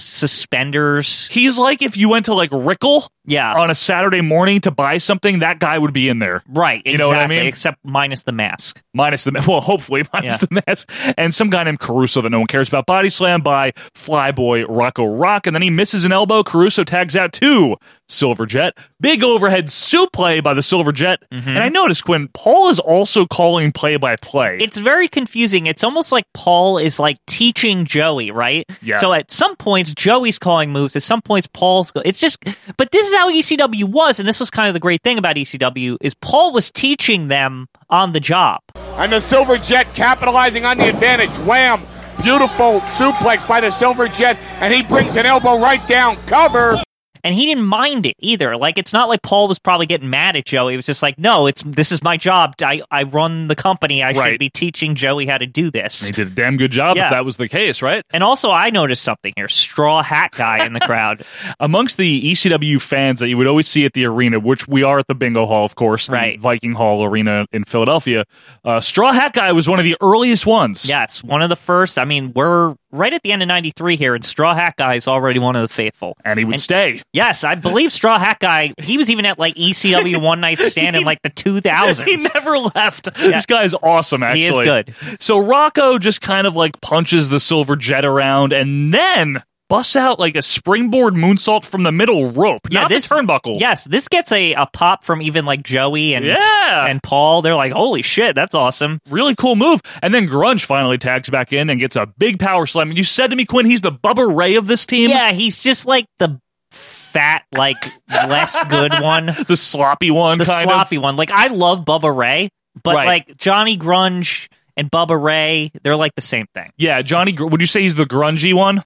suspenders.
He's like if you went to like Rickle
Yeah,
on a Saturday morning to buy something, that guy would be in there.
right. Exactly,
You know what I mean?
Except minus the mask.
Minus the, well, hopefully, minus
Yeah.
the mask. And some guy named Caruso that no one cares about. Body slam by Flyboy Rocco Rock. And then he misses an elbow. Caruso tags out two. Silver Jet. Big overhead suplex by the Silver Jet.
Mm-hmm.
And I noticed, Quinn, Paul is also calling play by play.
It's very confusing. It's almost like Paul is like teaching Joey, right?
Yeah.
So at some points Joey's calling moves, at some points Paul's. Go- it's just, but this is how ECW was, and this was kind of the great thing about ECW is Paul was teaching them on the job.
And the Silver Jet capitalizing on the advantage. Wham! Beautiful suplex by the Silver Jet, and he brings an elbow right down. Cover.
and he didn't mind it either. Like it's not like Paul was probably getting mad at Joey. It was just like, no, it's this is my job. I I run the company. I
Right.
should be teaching Joey how to do this.
They did a damn good job if
Yeah.
that was the case, right?
And also, I noticed something here: straw hat guy in the crowd.
Amongst the ECW fans that you would always see at the arena, which we are at the Bingo Hall, of course, the Viking Hall Arena in Philadelphia, uh, Straw Hat Guy was one of the earliest ones.
Yes, one of the first. I mean, we're right at the end of '93 here, and Straw Hat Guy is already one of the faithful,
and he would stay.
Yes, I believe Straw Hat Guy. He was even at like ECW One Night Stand in like the 2000s.
He never left.
Yeah.
This guy's awesome, actually.
He is good.
So Rocco just kind of like punches the silver jet around and then busts out like a springboard moonsault from the middle rope, not the turnbuckle.
Yes, this gets a, a pop from even like Joey and
Yeah.
and Paul. They're like, "Holy shit, that's awesome!"
Really cool move. And then Grunge finally tags back in and gets a big power slam. And you said to me, Quinn, he's the Bubba Ray of this team.
Yeah, he's just like the fat, like less good one,
the sloppy one,
the
kind of.
sloppy one. Like I love Bubba Ray, but
Right.
like Johnny Grunge and Bubba Ray, they're like the same thing.
Yeah, Johnny, Gr- would you say he's the grungy one?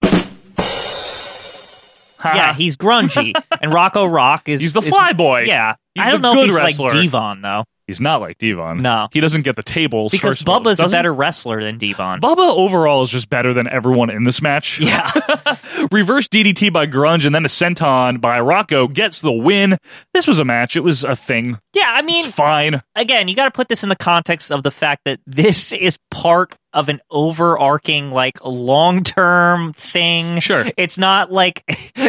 Yeah, he's grungy, and Rocco Rock is
He's the
is-
fly boy.
Yeah,
He's
I don't
the
know
good
if he's
wrestler.
like Devon though,
He's not like Devon.
No.
He doesn't get the tables.
because
first of all.
Bubba's a
Doesn't-
better wrestler than Devon.
Bubba overall is just better than everyone in this match.
Yeah.
Reverse DDT by Grunge and then a senton by Rocco gets the win. This was a match. It was a thing.
Yeah, I mean,
Fine.
again, you got to put this in the context of the fact that this is part of an overarching, like, long term thing. Sure. It's not like,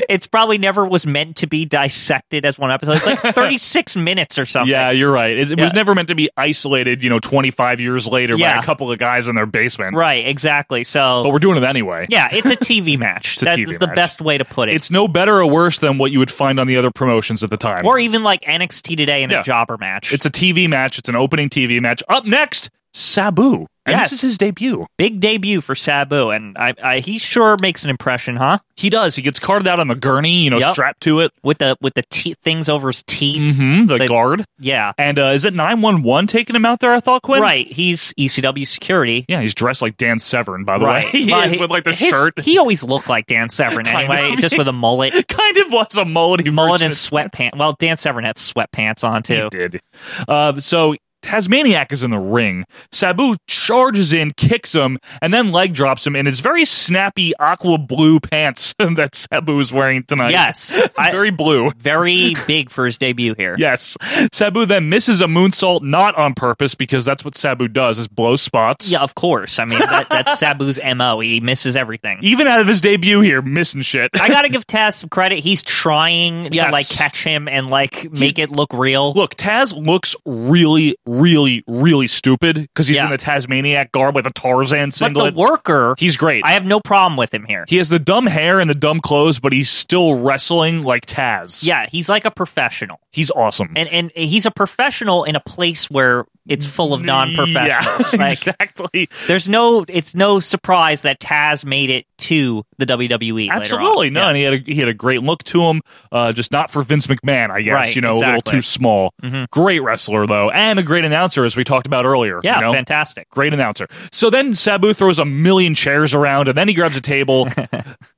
it's probably never was meant to be dissected as one episode. It's like 36 minutes or something.
Yeah, you're right. It, it was
Yeah.
never meant to be isolated, you know, 25 years later by
Yeah.
a couple of guys in their basement.
Right, exactly. So,
But we're doing it anyway.
yeah, it's a TV match.
a
That's
TV
the
match.
best way to put it.
It's no better or worse than what you would find on the other promotions at the time.
or e- even like NXT today in
Yeah.
a jobber match.
It's a TV match. It's an opening TV match. Up next, Sabu. And
Yes.
this is his debut.
Big debut for Sabu, and I, I, he sure makes an impression, huh?
He does. He gets carted out on the gurney, you know,
Yep.
strapped to it.
With the with the te- things over his teeth.
hmm the guard.
Yeah.
And uh, is it 911 taking him out there, I thought, Quinn?
Right. He's ECW security.
Yeah, he's dressed like Dan Severn, by the way. He
Well,
is with like the
his-
shirt.
He always looked like Dan Severn
Kind
anyway,
of.
just with a mullet.
kind of was a mullet.
mullet and sweatpants. Well, Dan Severn had sweatpants on too.
He did. Uh, so Tasmaniac is in the ring. Sabu charges in, kicks him, and then leg drops him in his very snappy aqua blue pants that Sabu is wearing tonight.
Yes. I-
very blue.
very big for his debut here.
Yes. Sabu then misses a moonsault, not on purpose, because that's what Sabu does, is blow spots.
Yeah, of course. I mean, that, that's Sabu's MO. He misses everything.
Even out of his debut here, missing shit.
I got to give Taz some credit. He's trying
Yes.
to like catch him and like make it look real.
Look, Taz looks really, really, really stupid because he's
Yeah.
in the Tasmaniac garb with a Tarzan
but
singlet.
the worker,
he's great.
I have no problem with him here.
he has the dumb hair and the dumb clothes, but he's still wrestling like Taz.
Yeah, he's like a professional.
He's awesome.
and and he's a professional in a place where it's full of non-professionals.
Yeah,
like
exactly.
there's no, it's no surprise that Taz made it to the WWE.
Absolutely.
later
No,
on.
and he had, a, he had a great look to him, uh, just not for Vince McMahon, I guess.
Right,
you know, a little
exactly. Mm-hmm.
too small. Great wrestler, though, and a great announcer, as we talked about earlier.
yeah,
you know?
fantastic.
Great announcer. So then Sabu throws a million chairs around, and then he grabs a table.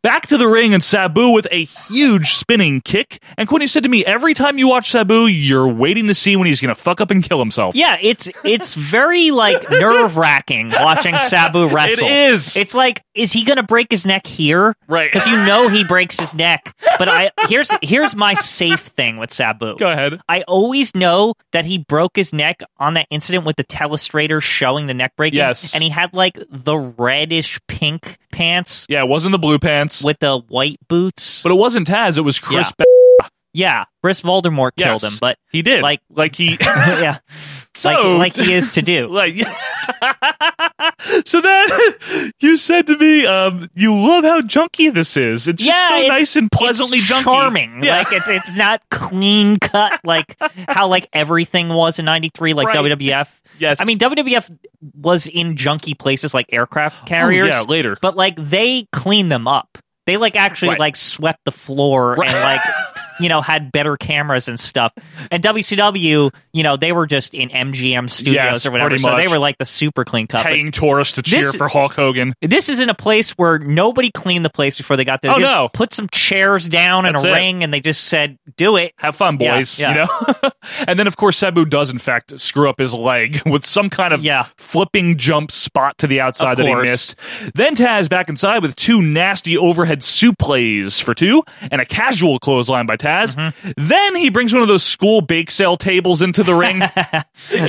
Back to the ring, and Sabu with a huge spinning kick. And Quinn, you said to me, every time you watch Sabu, you're waiting to see when he's going to fuck up and kill himself.
Yeah, it's it's very like nerve wracking watching Sabu wrestle.
It is.
It's like, is he gonna break his neck here?
Right.
Because you know he breaks his neck. But I here's here's my safe thing with Sabu.
Go ahead.
I always know that he broke his neck on that incident with the telestrator showing the neck breaking.
Yes.
And he had like the reddish pink pants
Yeah, it wasn't the blue pants,
with the white boots.
but it wasn't Taz. It was Chris.
Yeah. yeah. Chris Voldemort
Yes.
killed him, but
He did.
like
like he.
yeah.
So-
like, like he is to do.
like so then you said to me um you love how junky this is it's just so
it's-
nice and pleasantly
it's
junky
charming.
Yeah.
Like it's it's not clean cut like how like everything was in '93, like
Right.
WWF.
Yes.
I mean WWF was in junky places like aircraft carriers.
Oh, yeah, later.
but like they cleaned them up. They like actually
Right.
like swept the floor
Right.
and like you know, had better cameras and stuff. And WCW, you know, they were just in MGM studios
Yes,
or whatever.
pretty
So they
much.
were like the super clean cut. but
Paying tourists to cheer
This-
for Hulk Hogan.
This isn't a place where nobody cleaned the place before they got there. They
Oh,
just
no.
Put some chairs down and
That's
a
it.
ring, and they just said, "Do it,
have fun, boys. You know. and then of course Sabu does in fact screw up his leg with some kind of flipping jump spot to the outside
Of
that he
course.
missed. Then Taz back inside with two nasty overhead suplays for two and a casual clothesline by Taz.
Mm-hmm.
Then he brings one of those school bake sale tables into the ring.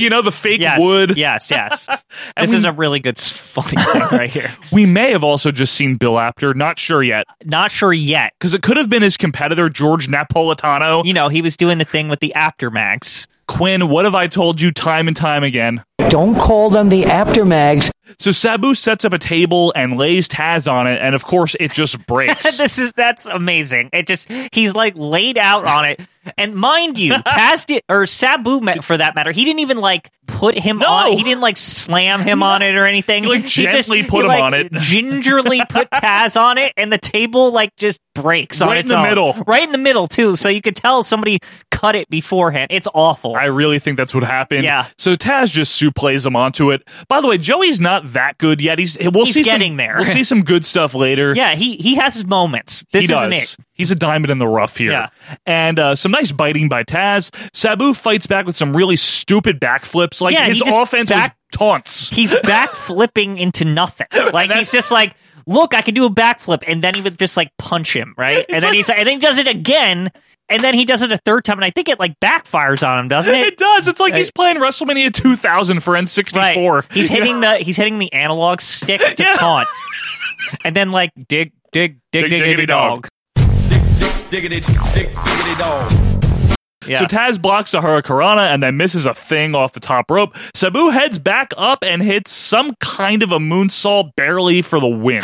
you know the fake
Yes,
wood.
yes, yes.
And
This
we-
is a really good, s- funny thing right here.
We may have also just seen Bill Apter. Not sure yet.
Not sure yet.
Because it could have been his competitor, George Napolitano.
You know, he was doing the thing with the Aftermax.
Quinn, what have I told you time and time again?
Don't call them the aftermags.
So Sabu sets up a table and lays Taz on it, and of course it just breaks.
this is that's amazing. It just he's like laid out on it, and mind you, Taz did, or Sabu met for that matter. He didn't even like put him on. it. He didn't like slam him on it or anything.
He, like, gently put him on it.
Gingerly put Taz on it, and the table like just breaks on
Right in
its
the
own.
middle.
right in the middle too. So you could tell somebody cut it beforehand. It's awful.
I really think that's what happened.
Yeah.
So Taz just suplays him onto it. By the way, Joey's not that good yet. He's we'll
He's
see
getting
some,
there.
We'll see some good stuff later.
Yeah, he he has his moments. This
he
isn't
does.
it.
He's a diamond in the rough here.
Yeah.
And uh, some nice biting by Taz. Sabu fights back with some really stupid backflips. Like
Yeah, he
his
just
offense was
back-
taunts.
he's back flipping into nothing. Like he's just like, look, I can do a backflip, and then he would just like punch him, right? And then he's and then he does it again, and then he does it a third time, and I think it like backfires on him, doesn't it?
It does. It's like
Uh,
he's playing WrestleMania 2000 for N64.
He's
You know?
hitting the he's hitting the analog stick to taunt, and then like dig dig
Dig,
dig dig
diggity
dig dog.
Diggity, dig, diggity dog.
Yeah.
So Taz blocks a Hurricanrana and then misses a thing off the top rope. Sabu heads back up and hits some kind of a moonsault barely for the win.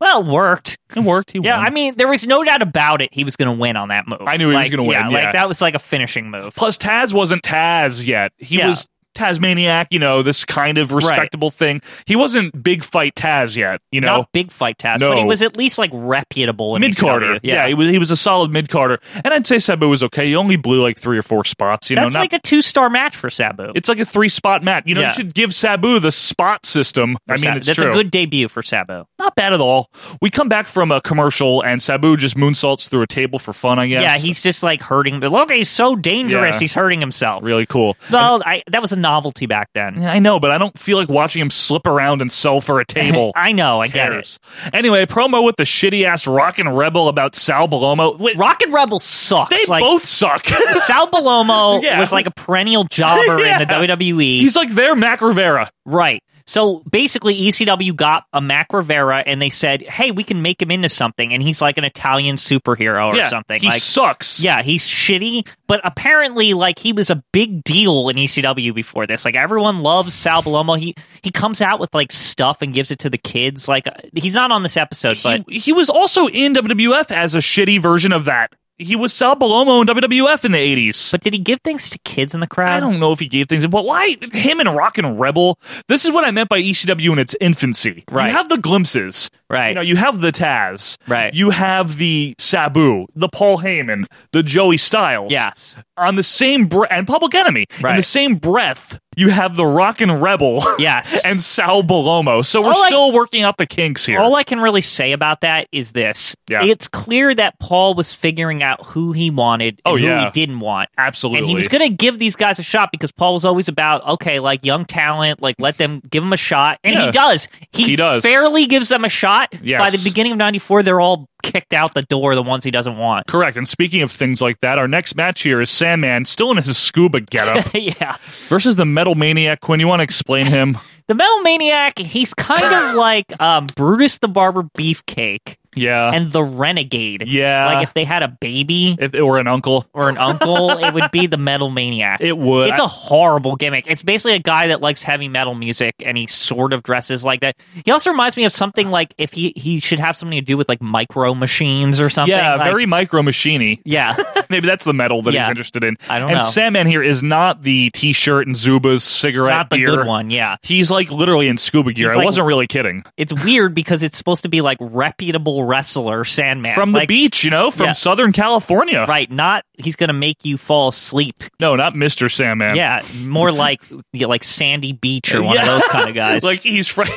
well, it worked.
It worked. He
Yeah,
won.
I mean, there was no doubt about it. He was going to win on that move.
I knew he was
Like,
gonna win, yeah.
like that was like a finishing move.
Plus, Taz wasn't Taz yet. He
Yeah.
was Tasmaniac, you know, this kind of respectable thing. He wasn't big fight Taz yet, you know.
Not big fight Taz,
No.
but he was at least like reputable. in
Mid Carter,
ECW.
yeah. he was he was a solid mid Carter, and I'd say Sabu was okay. He only blew like three or four spots, you
That's
know. Not,
like a two star match for Sabu.
it's like a three spot match. You know,
Yeah.
you should give Sabu the spot system. I mean,
Sa-
it's
that's
true.
a good debut for Sabu.
Not bad at all. We come back from a commercial and Sabu just moonsaults through a table for fun, I guess.
Yeah, he's just like hurting. Look, he's so dangerous.
Yeah.
He's hurting himself.
really cool.
Well, I, that was a novelty back then.
Yeah, I know, but I don't feel like watching him slip around and sell for a table.
I know. I get it.
Cares. Anyway, promo with the shitty ass Rockin' Rebel about Sal Balomo. Wait,
Rock and Rebel sucks.
they
like,
both suck.
Sal Balomo
Yeah.
was like a perennial jobber in the
Yeah.
WWE.
he's like their Mac Rivera.
Right. So basically, ECW got a Mac Rivera and they said, hey, we can make him into something. And he's like an Italian superhero or
yeah,
something.
He
like,
sucks.
yeah, he's shitty, but apparently, like, he was a big deal in ECW before this. Like, everyone loves Sal Balomo. He he comes out with like stuff and gives it to the kids. Like, uh, he's not on this episode, but
He, he was also in WWF as a shitty version of that. He was Sal Balomo in WWF in the 80s.
but did he give things to kids in the crowd?
I don't know if he gave things, but why him and Rockin' Rebel? This is what I meant by ECW in its infancy.
Right.
You have the glimpses.
Right.
You know, you have the Taz.
Right.
You have the Sabu, the Paul Heyman, the Joey Styles.
Yes.
On the same breath, and Public Enemy. In the
Right.
same breath, you have the Rockin' Rebel.
Yes.
and Sal Balomo. So we're
All I-
still working out the kinks here.
All I can really say about that is this:
Yeah.
it's clear that Paul was figuring out who he wanted and
Oh,
who
yeah.
he didn't want,
Absolutely.
and he was going to give these guys a shot because Paul was always about okay, like young talent, like let them give them a shot, and
Yeah.
he does. He,
He does.
fairly gives them a shot.
Yes.
By the beginning of '94, they're all kicked out the door. The ones he doesn't want.
Correct. And speaking of things like that, our next match here is Sandman, still in his scuba getup,
yeah.
versus the Metal Maniac. Quinn, you want to explain him?
The Metal Maniac, he's kind of like um, Brutus the Barber Beefcake
Yeah.
and the Renegade.
Uh. Yeah.
Like if they had a baby.
if it were an uncle.
or an uncle, it would be the metal maniac.
It would.
It's a horrible gimmick. It's basically a guy that likes heavy metal music and he sort of dresses like that. He also reminds me of something like if he he should have something to do with like micro machines or something.
yeah,
like-
very micro machiney.
yeah.
Maybe that's the metal that he's
Yeah.
interested in.
I don't
and
know.
Sandman here is not the t-shirt and Zubas cigarette
Not the
gear.
good one, yeah.
He's like literally in scuba gear.
He's
I
like-
wasn't really kidding.
It's weird because it's supposed to be like reputable local wrestler, Sandman.
From the beach, you know, from Southern California.
Right. Not he's going to make you fall asleep.
No, not Mr. Sandman.
Yeah. More like yeah, like Sandy Beach or one of
Yeah.
those kind of guys.
like he's from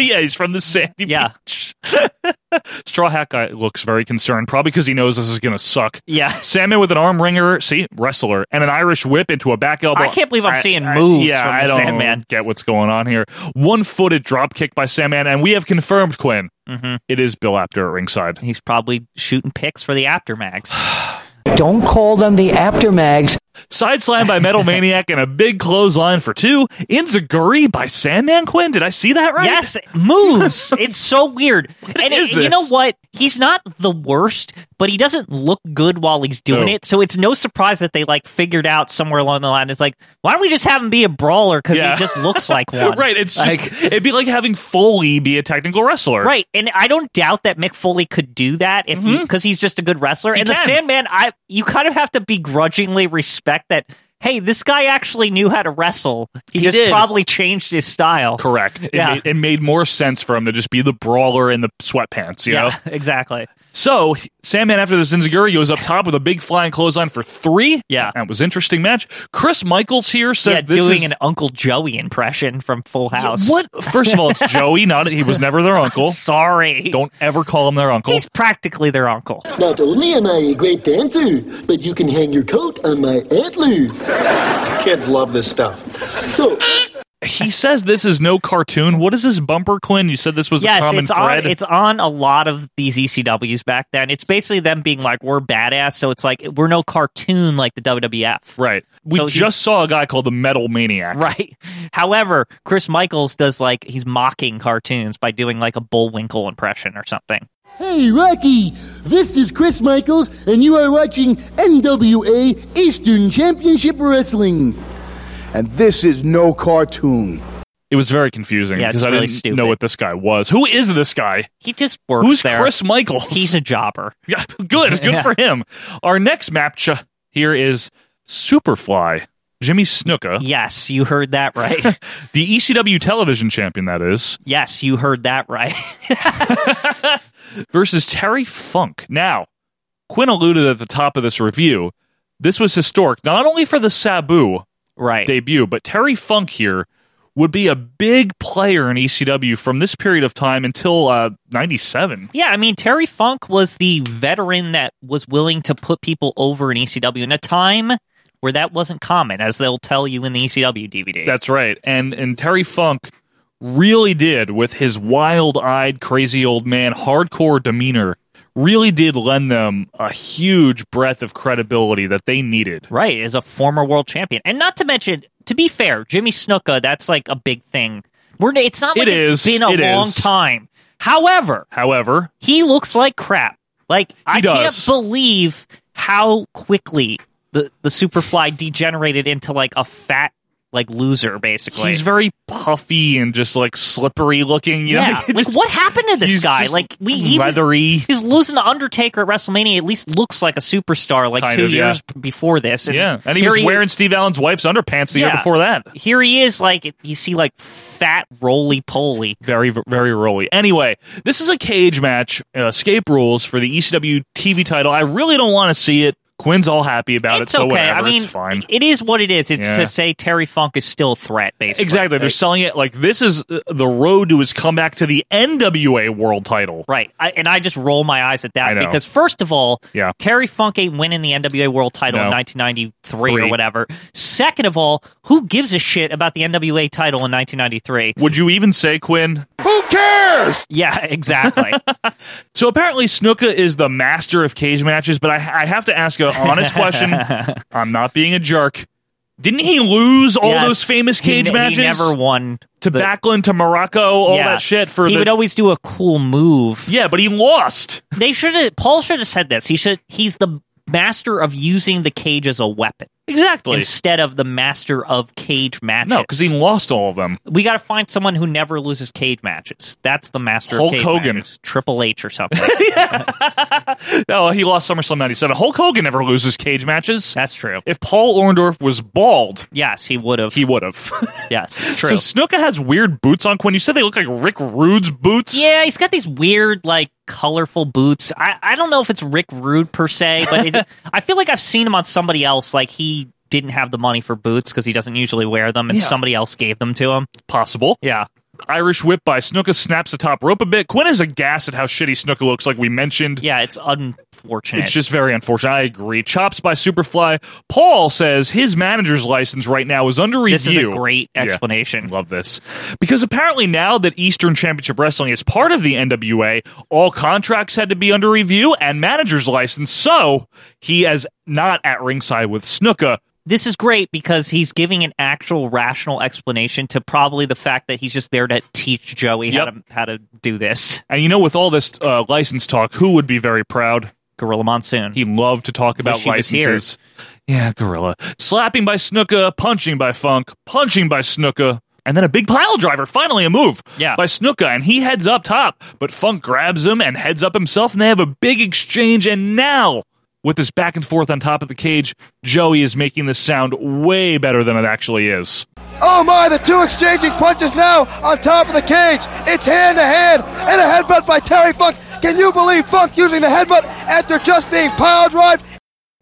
yeah, he's from the sandy yeah. beach. Straw Hat Guy looks very concerned, probably because he knows this is going to suck.
Yeah.
Salmon with an arm wringer, see, wrestler, and an Irish whip into a back elbow.
I can't believe I'm seeing moves
yeah,
from
I
the
don't
Sandman.
get what's going on here. One footed drop kick by Sandman, and we have confirmed, Quinn,
Mm-hmm.
it is Bill Apter at ringside.
He's probably shooting picks for the aftermags.
Don't call them the aftermags.
Side slam by Metal Maniac and a big clothesline for two. Inzaguri by Sandman Quinn. Did I see that right?
Yes, it moves. it's so weird. and
is
it- you
this?
know what? He's not the worst, but he doesn't look good while he's doing
No.
it. So it's no surprise that they like figured out somewhere along the line. It's like, why don't we just have him be a brawler because
Yeah.
he just looks like one.
right. It's just
Like-
it'd be like having Foley be a technical wrestler.
Right, and I don't doubt that Mick Foley could do that if because he's just a good wrestler. and the
Mm-hmm. can.
Sandman, I you kind of have to begrudgingly respect that. Hey, this guy actually knew how to wrestle. He, just
did.
probably changed his style.
Correct. It,
Yeah.
made, it made more sense for him to just be the brawler in the sweatpants, you
yeah,
know?
exactly.
So, he- Sandman after the Zinzaguri goes up top with a big flying clothesline for three. Yeah. That was interesting match. Chris Michaels here says
yeah,
this
doing
is.
an Uncle Joey impression from Full House.
What? First of all, it's Joey. Not he was never their uncle.
Sorry.
Don't ever call him their uncle.
He's practically their uncle.
Not only am I a great dancer, but you can hang your coat on my antlers. Kids love this stuff. So,
He says this is no cartoon. What is this bumper, Quinn? You said this was a
yes,
common
it's
thread.
on. It's on a lot of these ECWs back then. It's basically them being like, "We're badass," so it's like we're no cartoon like the WWF.
Right. We
So he-
just saw a guy called the Metal Maniac.
Right. However, Chris Michaels does like he's mocking cartoons by doing like a Bullwinkle impression or something.
hey, Rocky, this is Chris Michaels, and you are watching NWA Eastern Championship Wrestling.
And this is no cartoon.
It was very confusing
Yeah, it's
because I
really
didn't
stupid.
know what this guy was. Who is this guy?
He just works
Who's
there.
Chris Michaels?
He's a jobber.
Yeah, good, good
Yeah.
for him. Our next match uh, here is Superfly Jimmy Snuka.
Yes, you heard that right.
the ECW television champion, that is,
Yes, you heard that right.
versus Terry Funk. Now, Quinn alluded at the top of this review. This was historic, not only for the Sabu
right.
debut, but Terry Funk here would be a big player in ECW from this period of time until uh, 97.
Yeah, I mean Terry Funk was the veteran that was willing to put people over in ECW in a time where that wasn't common, as they'll tell you in the E ECW DVD.
That's right. And and Terry Funk really did with his wild-eyed crazy old man hardcore demeanor really did lend them a huge breath of credibility that they needed.
Right, as a former world champion. And not to mention, to be fair, Jimmy Snuka, that's like a big thing. We're it's not like
It
it's
is,
been a
it
long
is.
time. However,
However,
he looks like crap. Like I
does.
can't believe how quickly the the Superfly degenerated into like a fat like loser basically.
he's very puffy and just like slippery looking, you know?
yeah, like what happened to this
he's
guy?
just
Like we he was-
leathery.
he's losing to Undertaker at WrestleMania. At least looks like a superstar. Like
Kind
two
of, yeah.
years b- before this.
yeah, and he
here
was wearing Steve Allen's wife's underpants the year
Yeah.
before that.
Here he is, like you see, like fat roly poly.
Very, very roly. Anyway, this is a cage match, uh, escape rules for the E ECW TV title. I really don't want to see it. Quinn's all happy about
It's
it, so
okay.
whatever.
I mean,
it's fine.
It is what it is. It's
Yeah.
to say Terry Funk is still a threat, basically.
Exactly. They're selling it like this is uh, the road to his comeback to the NWA World Title.
Right. I, and I just roll my eyes at
I
that
know.
because, first of all,
Yeah.
Terry Funk ain't winning the NWA World title in
No.
1993 or
Three.
whatever. Second of all, who gives a shit about the NWA title in 1993?
Would you even say Quinn?
Who cares? Yeah, exactly.
So apparently, Snuka is the master of cage matches. But I, I have to ask an honest question. I'm not being a jerk. Didn't he lose all
Yes.
those famous
He
cage
ne- he
matches?
never won
to
the-
Backlund to Morocco, all
Yeah.
that shit for
he
the
would always do a cool move.
Yeah, but he lost.
They should have. Paul should have said this. He should. He's the master of using the cage as a weapon.
Exactly.
Instead of the master of cage matches.
no because he lost all of them.
We got to find someone who never loses cage matches. That's the master
Hulk
of cage
Hogan.
matches. Triple H or something.
No, Oh, he lost SummerSlam '97. Hulk Hogan never loses cage matches.
That's true.
If Paul Orndorff was bald,
yes, he would have.
He would have.
yes, it's
So
true.
Snuka has weird boots on. Quinn, you said they look like Rick Rude's boots.
yeah, he's got these weird like colorful boots. I, I don't know if it's Rick Rude per se, but it, I feel like I've seen him on somebody else. Like he didn't have the money for boots because he doesn't usually wear them, and
Yeah.
somebody else gave them to him.
Possible.
Yeah.
Irish whip by Snuka snaps the top rope a bit. Quinn is aghast at how shitty Snuka looks, like we mentioned.
Yeah, it's unfortunate.
It's just very unfortunate. I agree. Chops by Superfly. Paul says his manager's license right now is under review.
This is a great
Yeah.
explanation.
Love this. Because apparently, now that Eastern Championship Wrestling is part of the NWA, all contracts had to be under review and manager's license. So he is not at ringside with Snuka.
This is great because he's giving an actual rational explanation to probably the fact that he's just there to teach Joey how
Yep.
to how to do this.
And you know, with all this uh, license talk, who would be very proud?
Gorilla Monsoon.
He loved to talk about
she was here.
licenses. Yeah, Gorilla. Slapping by Snuka, punching by Funk, punching by Snuka, and then a big pile driver. Finally, a move
Yeah.
by Snuka, and he heads up top, but Funk grabs him and heads up himself, and they have a big exchange. And now, with this back and forth on top of the cage, Joey is making this sound way better than it actually is.
Oh my, the two exchanging punches now on top of the cage. It's hand to hand and a headbutt by Terry Funk. Can you believe Funk using the headbutt after just being pile drive?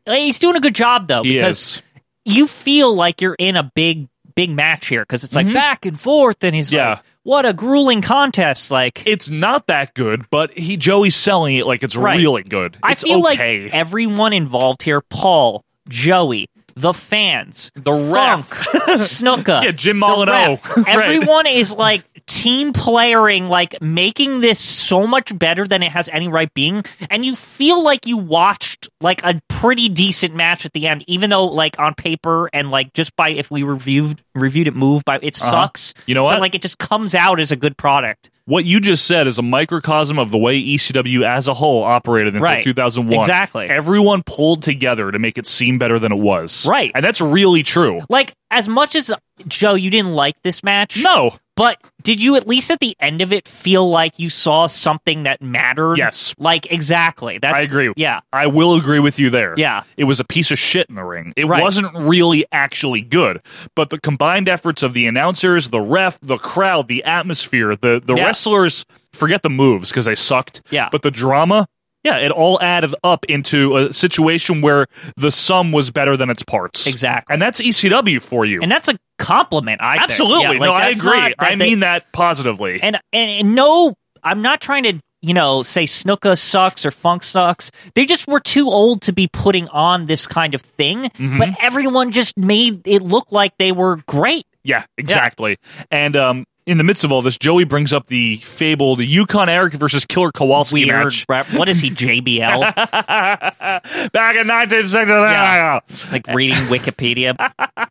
Hey, He's doing a good job though
He
because you feel like you're in a big big match here because it's like
Mhm.
back and forth and he's
Yeah.
like what a grueling contest like
It's not that good, but he Joey's selling it like it's
Right.
really good.
I
It's
feel
okay.
like everyone involved here Paul, Joey, the fans, the
ref.
Snuka,
Yeah, Jim
the
Molyneux.
ref.
Right.
Everyone is like team playering, like making this so much better than it has any right being. And you feel like you watched like a pretty decent match at the end, even though like on paper and like just by if we reviewed reviewed it move by it
Uh-huh.
sucks.
You know what?
But like it just comes out as a good product.
what you just said is a microcosm of the way ECW as a whole operated until
Right.
2001.
Exactly.
Everyone pulled together to make it seem better than it was.
Right.
And that's really true.
Like, as much as Joe, you didn't like this match.
No.
But did you at least at the end of it feel like you saw something that mattered?
Yes.
Like exactly. That's
I agree.
Yeah.
I will agree with you there.
Yeah.
It was a piece of shit in the ring. It
Right.
wasn't really actually good. But the combined efforts of the announcers, the ref, the crowd, the atmosphere, the, the
Yeah.
wrestlers, forget the moves because they sucked.
Yeah.
But the drama, yeah, it all added up into a situation where the sum was better than its parts.
Exactly.
And that's ECW for you.
And that's a compliment, I think.
Absolutely.
Yeah, like,
no, I
that's
agree.
not
I
they-
mean that positively.
and, and and no I'm not trying to you know, say Snuka sucks or Funk sucks. They just were too old to be putting on this kind of thing,
Mm-hmm.
but everyone just made it look like they were great.
Yeah, exactly. And um, in the midst of all this, Joey brings up the fabled Yukon Eric versus Killer Kowalski
Weird.
match
rap- What is he, JBL?
back in 1969.
Yeah. like reading Wikipedia.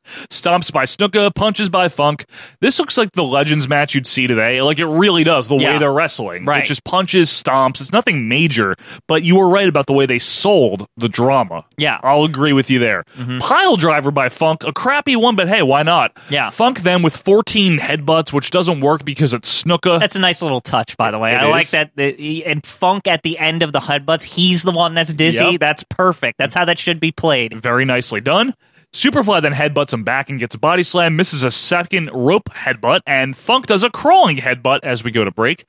Stomps by Snuka, punches by Funk. This looks like the Legends match you'd see today. Like it really does, the way
Yeah.
they're wrestling.
Right.
It's just punches, stomps. It's nothing major, but you were right about the way they sold the drama.
Yeah. Mm-hmm.
I'll agree with you there. Pile driver by Funk, a crappy one, but hey, why not?
Yeah.
Funk then with 14 headbutts, which doesn't work because it's Snuka.
That's a nice little touch, by the way.
It
I
is.
like that. The, he- and Funk at the end of the headbutts, he's the one that's dizzy.
Yep.
That's perfect. That's how that should be played.
Very nicely done. Superfly then headbutts him back and gets a body slam, misses a second rope headbutt, and Funk does a crawling headbutt as we go to break.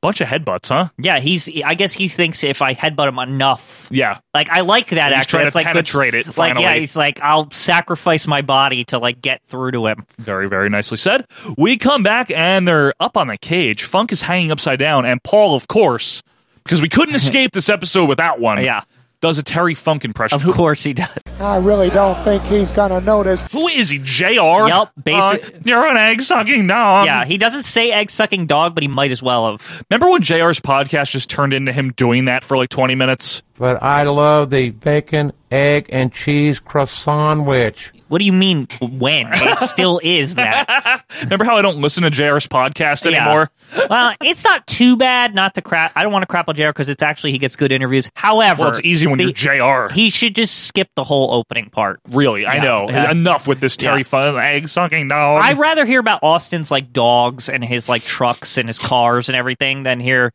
Bunch of headbutts, huh?
Yeah, he's. I guess he thinks if I headbutt him enough,
Yeah.
like I like that.
He's
actually,
trying
It's
to
like good-
penetrate it,
Like yeah,
finally.
he's like I'll sacrifice my body to like get through to him.
Very, very nicely said. We come back and they're up on the cage. Funk is hanging upside down, and Paul, of course, because we couldn't escape this episode without one.
Yeah.
Does a Terry Funk impression.
Of
Who-
course he does.
I really don't think he's gonna notice.
who is he? JR?
Yep,
Basic.
basic-
you're an egg sucking dog.
yeah, he doesn't say egg sucking dog, but he might as well have.
Remember when JR's podcast just turned into him doing that for like 20 minutes?
But I love the bacon, egg, and cheese croissant sandwich.
What do you mean when? It still is that.
Remember how I don't listen to JR's podcast
Yeah.
anymore?
well, it's not too bad not to crap. I don't want to crap on JR because it's actually he gets good interviews. However,
Well, it's easy when
the-
you're JR.
He should just skip the whole opening part.
Really, I
Yeah,
know.
yeah.
Enough with this Terry
Yeah.
Fun egg sucking dog.
I'd rather hear about Austin's like dogs and his like trucks and his cars and everything than hear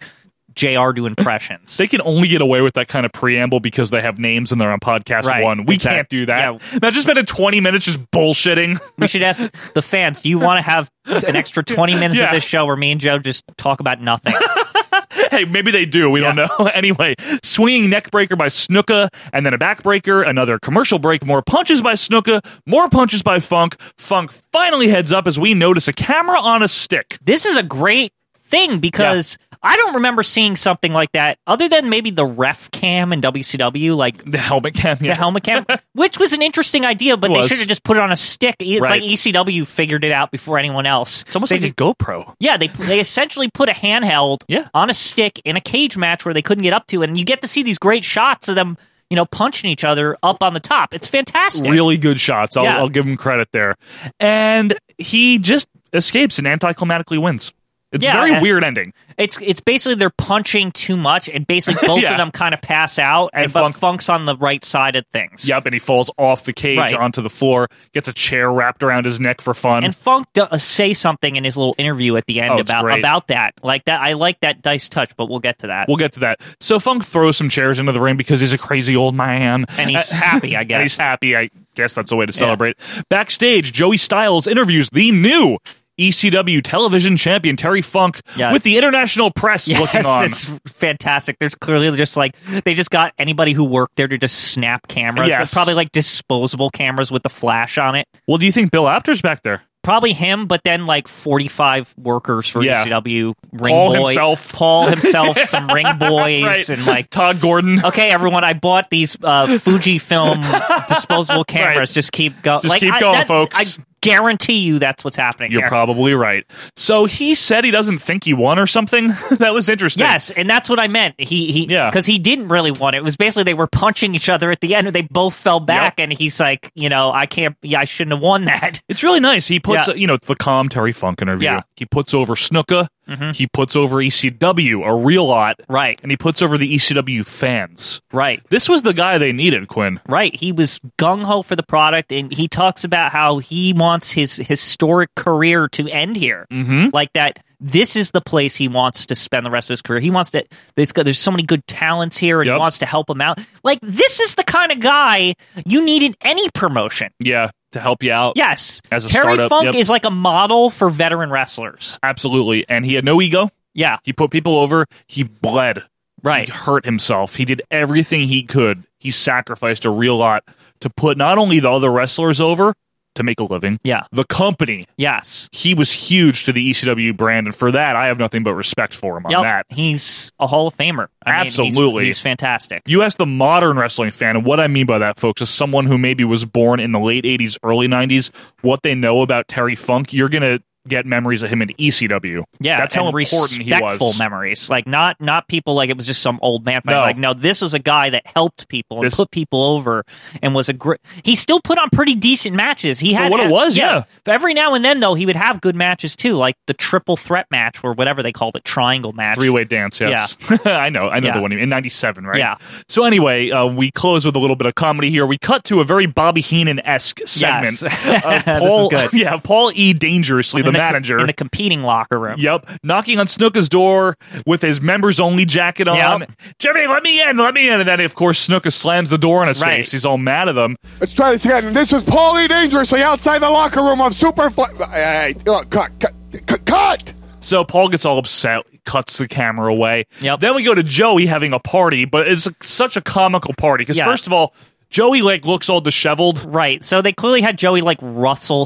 JR do impressions.
they can only get away with that kind of preamble because they have names and they're on podcast
Right,
one. We
exact-
can't do that.
yeah.
Now just spending twenty minutes just bullshitting.
We should ask the fans, do you want to have an extra 20 minutes
Yeah.
of this show where me and Joe just talk about nothing?
hey, maybe they do. We don't know. anyway, swinging neck breaker by Snuka, and then a back breaker, another commercial break, more punches by Snuka, more punches by Funk. Funk finally heads up as we notice a camera on a stick.
This is a great thing because I don't remember seeing something like that other than maybe the ref cam in WCW, like
the helmet cam,
the helmet cam, which was an interesting idea, but
It
they
was.
should have just put it on a stick. It's
Right.
like ECW figured it out before anyone else. It's
almost like a GoPro.
Yeah, they they essentially put a handheld on a stick in a cage match where they couldn't get up to, and you get to see these great shots of them, you know, punching each other up on the top. It's fantastic.
Really good shots. I'll,
Yeah.
I'll give him credit there. And he just escapes and anticlimatically wins. It's
Yeah,
a very
and-
weird ending.
It's it's basically they're punching too much, and basically both
Yeah.
of them kind of pass out, and,
And
but
Funk-
Funk's on the right side of things.
Yep, and he falls off the cage
Right.
onto the floor, gets a chair wrapped around his neck for fun.
And Funk do, uh, say something in his little interview at the end
Oh, it's
about
great.
about that, like that. I like that dice touch, but we'll get to that.
We'll get to that. So Funk throws some chairs into the ring because he's a crazy old man,
And he's happy, I
And
guess.
he's happy. I guess that's a way to celebrate. Backstage, Joey Styles interviews the new ECW Television Champion Terry Funk
Yeah.
with the international press
Yes,
looking on.
it's fantastic. There's clearly just like they just got anybody who worked there to just snap cameras. They're
Yes.
probably like disposable cameras with the flash on it.
Well, do you think Bill Apter's back there?
Probably him, but then like 45 workers for
Yeah.
ECW, ring
Paul
boy,
himself.
Paul himself, some ring boys,
Right.
and like
Todd Gordon.
Okay, everyone, I bought these uh, Fujifilm disposable cameras. Just keep going.
Just keep going, folks.
I guarantee you that's what's happening.
You're
here.
probably right. So he said he doesn't think he won or something. that was interesting.
Yes, and that's what I meant. He he
Yeah.
because he didn't really want it. It was basically they were punching each other at the end, and they both fell back. And he's like, you know, I can't. Yeah, I shouldn't have won that.
It's really nice. He puts, uh,
Yeah.
you know, it's the calm Terry Funk interview.
Yeah. Mm-hmm.
He puts over Snuka. He puts over ECW a real lot.
Right.
And he puts over the ECW fans.
Right.
This was the guy they needed, Quinn.
Right. He was gung ho for the product, and he talks about how he wants his historic career to end here. Mm-hmm. Like that. This is the place he wants to spend the rest of his career. He wants to. It's got, there's so many good talents here, and he wants to help him out. Like this is the kind of guy you need in any promotion.
Yeah. To help you out.
Yes,
As a
Terry
startup.
Funk
Yep.
is like a model for veteran wrestlers.
Absolutely. And he had no ego.
Yeah.
He put people over. He bled.
Right.
He hurt himself. He did everything he could. He sacrificed a real lot to put not only the other wrestlers over to make a living,
yeah.
the company.
Yes.
He was huge to the ECW brand. And for that, I have nothing but respect for him on
Yep.
that.
He's a Hall of Famer. I mean, he's-
Absolutely.
he's fantastic.
You ask the modern wrestling fan, and what I mean by that, folks, is someone who maybe was born in the late 80s, early 90s, what they know about Terry Funk, you're going to get memories of him in ECW.
Yeah,
That's how
and
important he
respectful
was.
memories, like not not people like it was just some old man. fight.
No.
Like no, this was a guy that helped people and
This-
put people over, and was a great. He still put on pretty decent matches. He
For
had
what it was, yeah.
But Every now and then though, he would have good matches too, like the triple threat match or whatever they called it, triangle match,
Three way dance, yes. I know, I know
Yeah.
the one you- in 97, right?
Yeah.
So, anyway, uh, we close with a little bit of comedy here. We cut to a very Bobby Heenan esque segment
Yes.
of
This is
Paul,
good.
yeah, Paul E. Dangerously, the,
In the co-
manager.
in the competing locker room.
Yep. Knocking on Snooka's door with his members only jacket on.
Yep.
Jimmy, let me in, let me in. And then, of course, Snooka slams the door in his
Right.
face. He's all mad at them.
Let's try this again. This is Paulie Dangerously outside the locker room of Superfly. Hey, look, cut, cut, cut, cut!
So Paul gets all upset, cuts the camera away.
Yep.
Then we go to Joey having a party, but it's such a comical party because,
Yeah.
first of all, Joey like looks all disheveled.
Right. So they clearly had Joey like rustle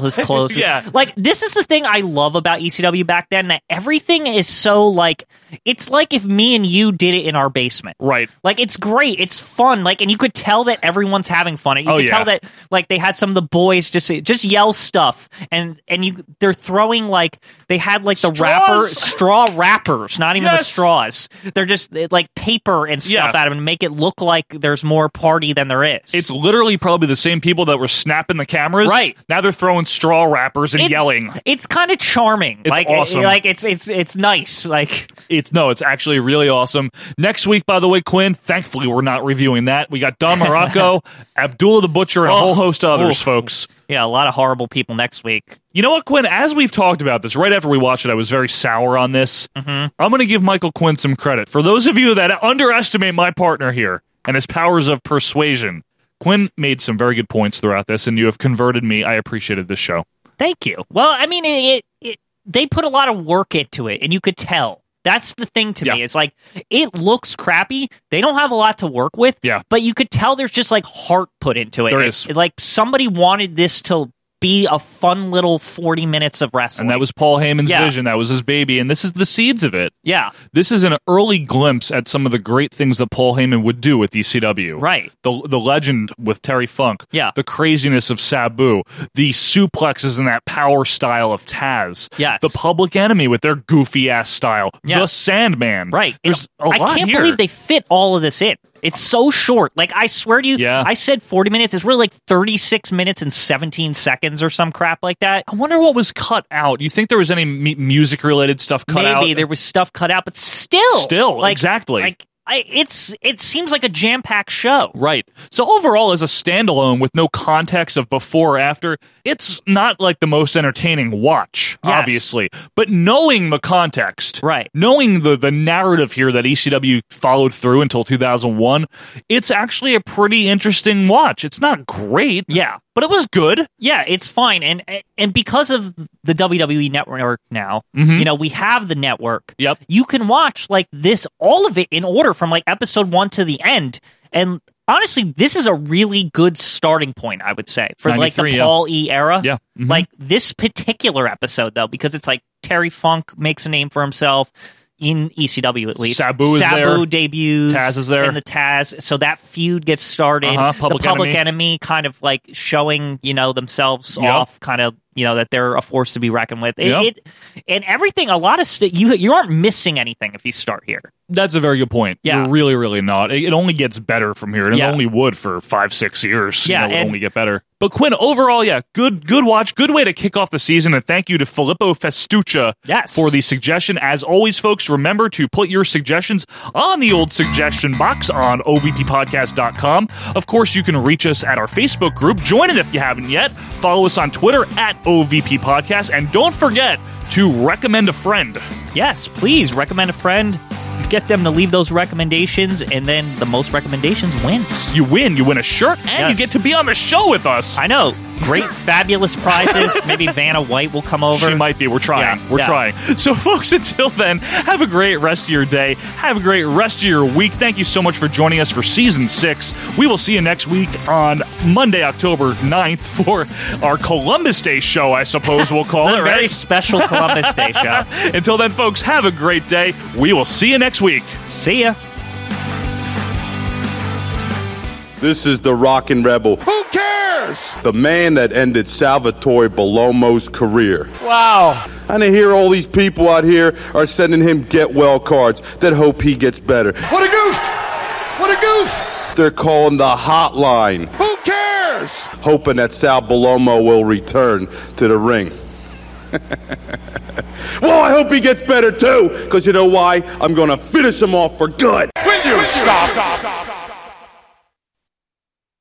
his clothes.
Yeah.
Like this is the thing I love about ECW back then that everything is so like it's like if me and you did it in our basement.
Right.
Like it's great. It's fun. Like and you could tell that everyone's having fun. You
Oh,
could
yeah.
tell that like they had some of the boys just just yell stuff and and you they're throwing like they had like the wrapper
Straws.
straw wrappers, not even the
Yes.
straws. They're just like paper and stuff
Yeah.
out of it and make it look like there's more party than there is.
It's literally probably the same people that were snapping the cameras.
Right.
Now they're throwing straw wrappers and
It's-
yelling.
It's kind of charming.
It's
like,
awesome.
Like it's it's it's nice. Like
It's no, it's actually really awesome. Next week, by the way, Quinn, thankfully we're not reviewing that. We got Don Morocco, Abdullah the Butcher, and a
Oh,
whole host of others,
oof.
folks.
yeah, a lot of horrible people next week.
You know what, Quinn? As we've talked about this, right after we watched it, I was very sour on this. I'm going to give Michael Quinn some credit. For those of you that underestimate my partner here and his powers of persuasion, Quinn made some very good points throughout this, and you have converted me. I appreciated this show.
Thank you. Well, I mean, it, it, it they put a lot of work into it, and you could tell. That's the thing to me. It's like it looks crappy. They don't have a lot to work with. Yeah. But you could tell there's just like heart put into it.
There
It-
is.
it- like somebody wanted this to be a fun little 40 minutes of wrestling.
And that was Paul Heyman's
Yeah.
vision. That was his baby. And this is the seeds of it.
Yeah.
This is an early glimpse at some of the great things that Paul Heyman would do with ECW.
Right.
The, the legend with Terry Funk.
Yeah.
The craziness of Sabu. The suplexes and that power style of Taz.
Yes.
The public enemy with their goofy ass style.
Yeah.
The Sandman.
Right.
There's a
I
lot
can't
here.
believe they fit all of this in. It's so short. Like I swear to you, yeah. I said 40 minutes. It's really like 36 minutes and 17 seconds or some crap like that.
I wonder what was cut out. You think there was any m- music related stuff cut out?
Maybe there was stuff cut out, but still,
Still,
like,
exactly.
Like I, it's it seems like a jam packed show.
Right. So overall, as a standalone with no context of before or after, it's not like the most entertaining watch,
Yes.
obviously. But knowing the context,
right?
Knowing the the narrative here that ECW followed through until 2001, it's actually a pretty interesting watch. It's not great,
yeah,
but it was good.
Yeah, it's fine, and and because of the WWE network now,
Mhm.
you know we have the network. Yep, you can watch like this, all of it in order from like episode one to the end, and honestly, this is a really good starting point, I would say, for like the
93, yeah.
Paul E era.
Yeah. mm-hmm.
like this particular episode though, because it's like Terry Funk makes a name for himself. In ECW at least,
Sabu is there.
debuts.
Taz is there.
and the Taz. So that feud gets started.
Uh-huh,
the
Public
public
Enemy.
enemy kind of like showing you know themselves
Yep.
off, kind of you know that they're a force to be reckoned with. It,
Yep.
it- and everything. A lot of st- you you aren't missing anything if you start here.
That's a very good point.
Yeah.
You're really, really not. It, it only gets better from here, and
Yeah.
it only would for five, six years.
Yeah,
you know, it
and-
only get better. But Quinn, overall, yeah, good, good watch, good way to kick off the season, and thank you to Filippo Festuccia
yes.
for the suggestion. As always, folks, remember to put your suggestions on the old suggestion box on ovtpodcast.com. Of course, you can reach us at our Facebook group. Join it if you haven't yet. Follow us on Twitter at OVP Podcast, and don't forget to recommend a friend.
Yes, please recommend a friend. Get them to leave those recommendations, and then the most recommendations wins.
You win. You win a shirt, and you get to be on the show with us.
I know. Great, fabulous prizes. Maybe Vanna White will come over.
She might be. We're trying.
Yeah,
We're
yeah.
trying. So, folks, until then, have a great rest of your day. Have a great rest of your week. Thank you so much for joining us for season six. We will see you next week on Monday, October 9th, for our Columbus Day show, I suppose we'll call
The
it.
very
right?
special Columbus Day show.
until then, folks, have a great day. We will see you next week.
See ya.
This is the Rockin' Rebel. Who cares? The man that ended Salvatore Bellomo's career.
Wow.
And I hear all these people out here are sending him get well cards that hope he gets better.
What a goose! What a goose!
They're calling the hotline,
Who cares?
hoping that Sal Bellomo will return to the ring. well, I hope he gets better too, because you know why? I'm going to finish him off for good.
Will you stop? stop.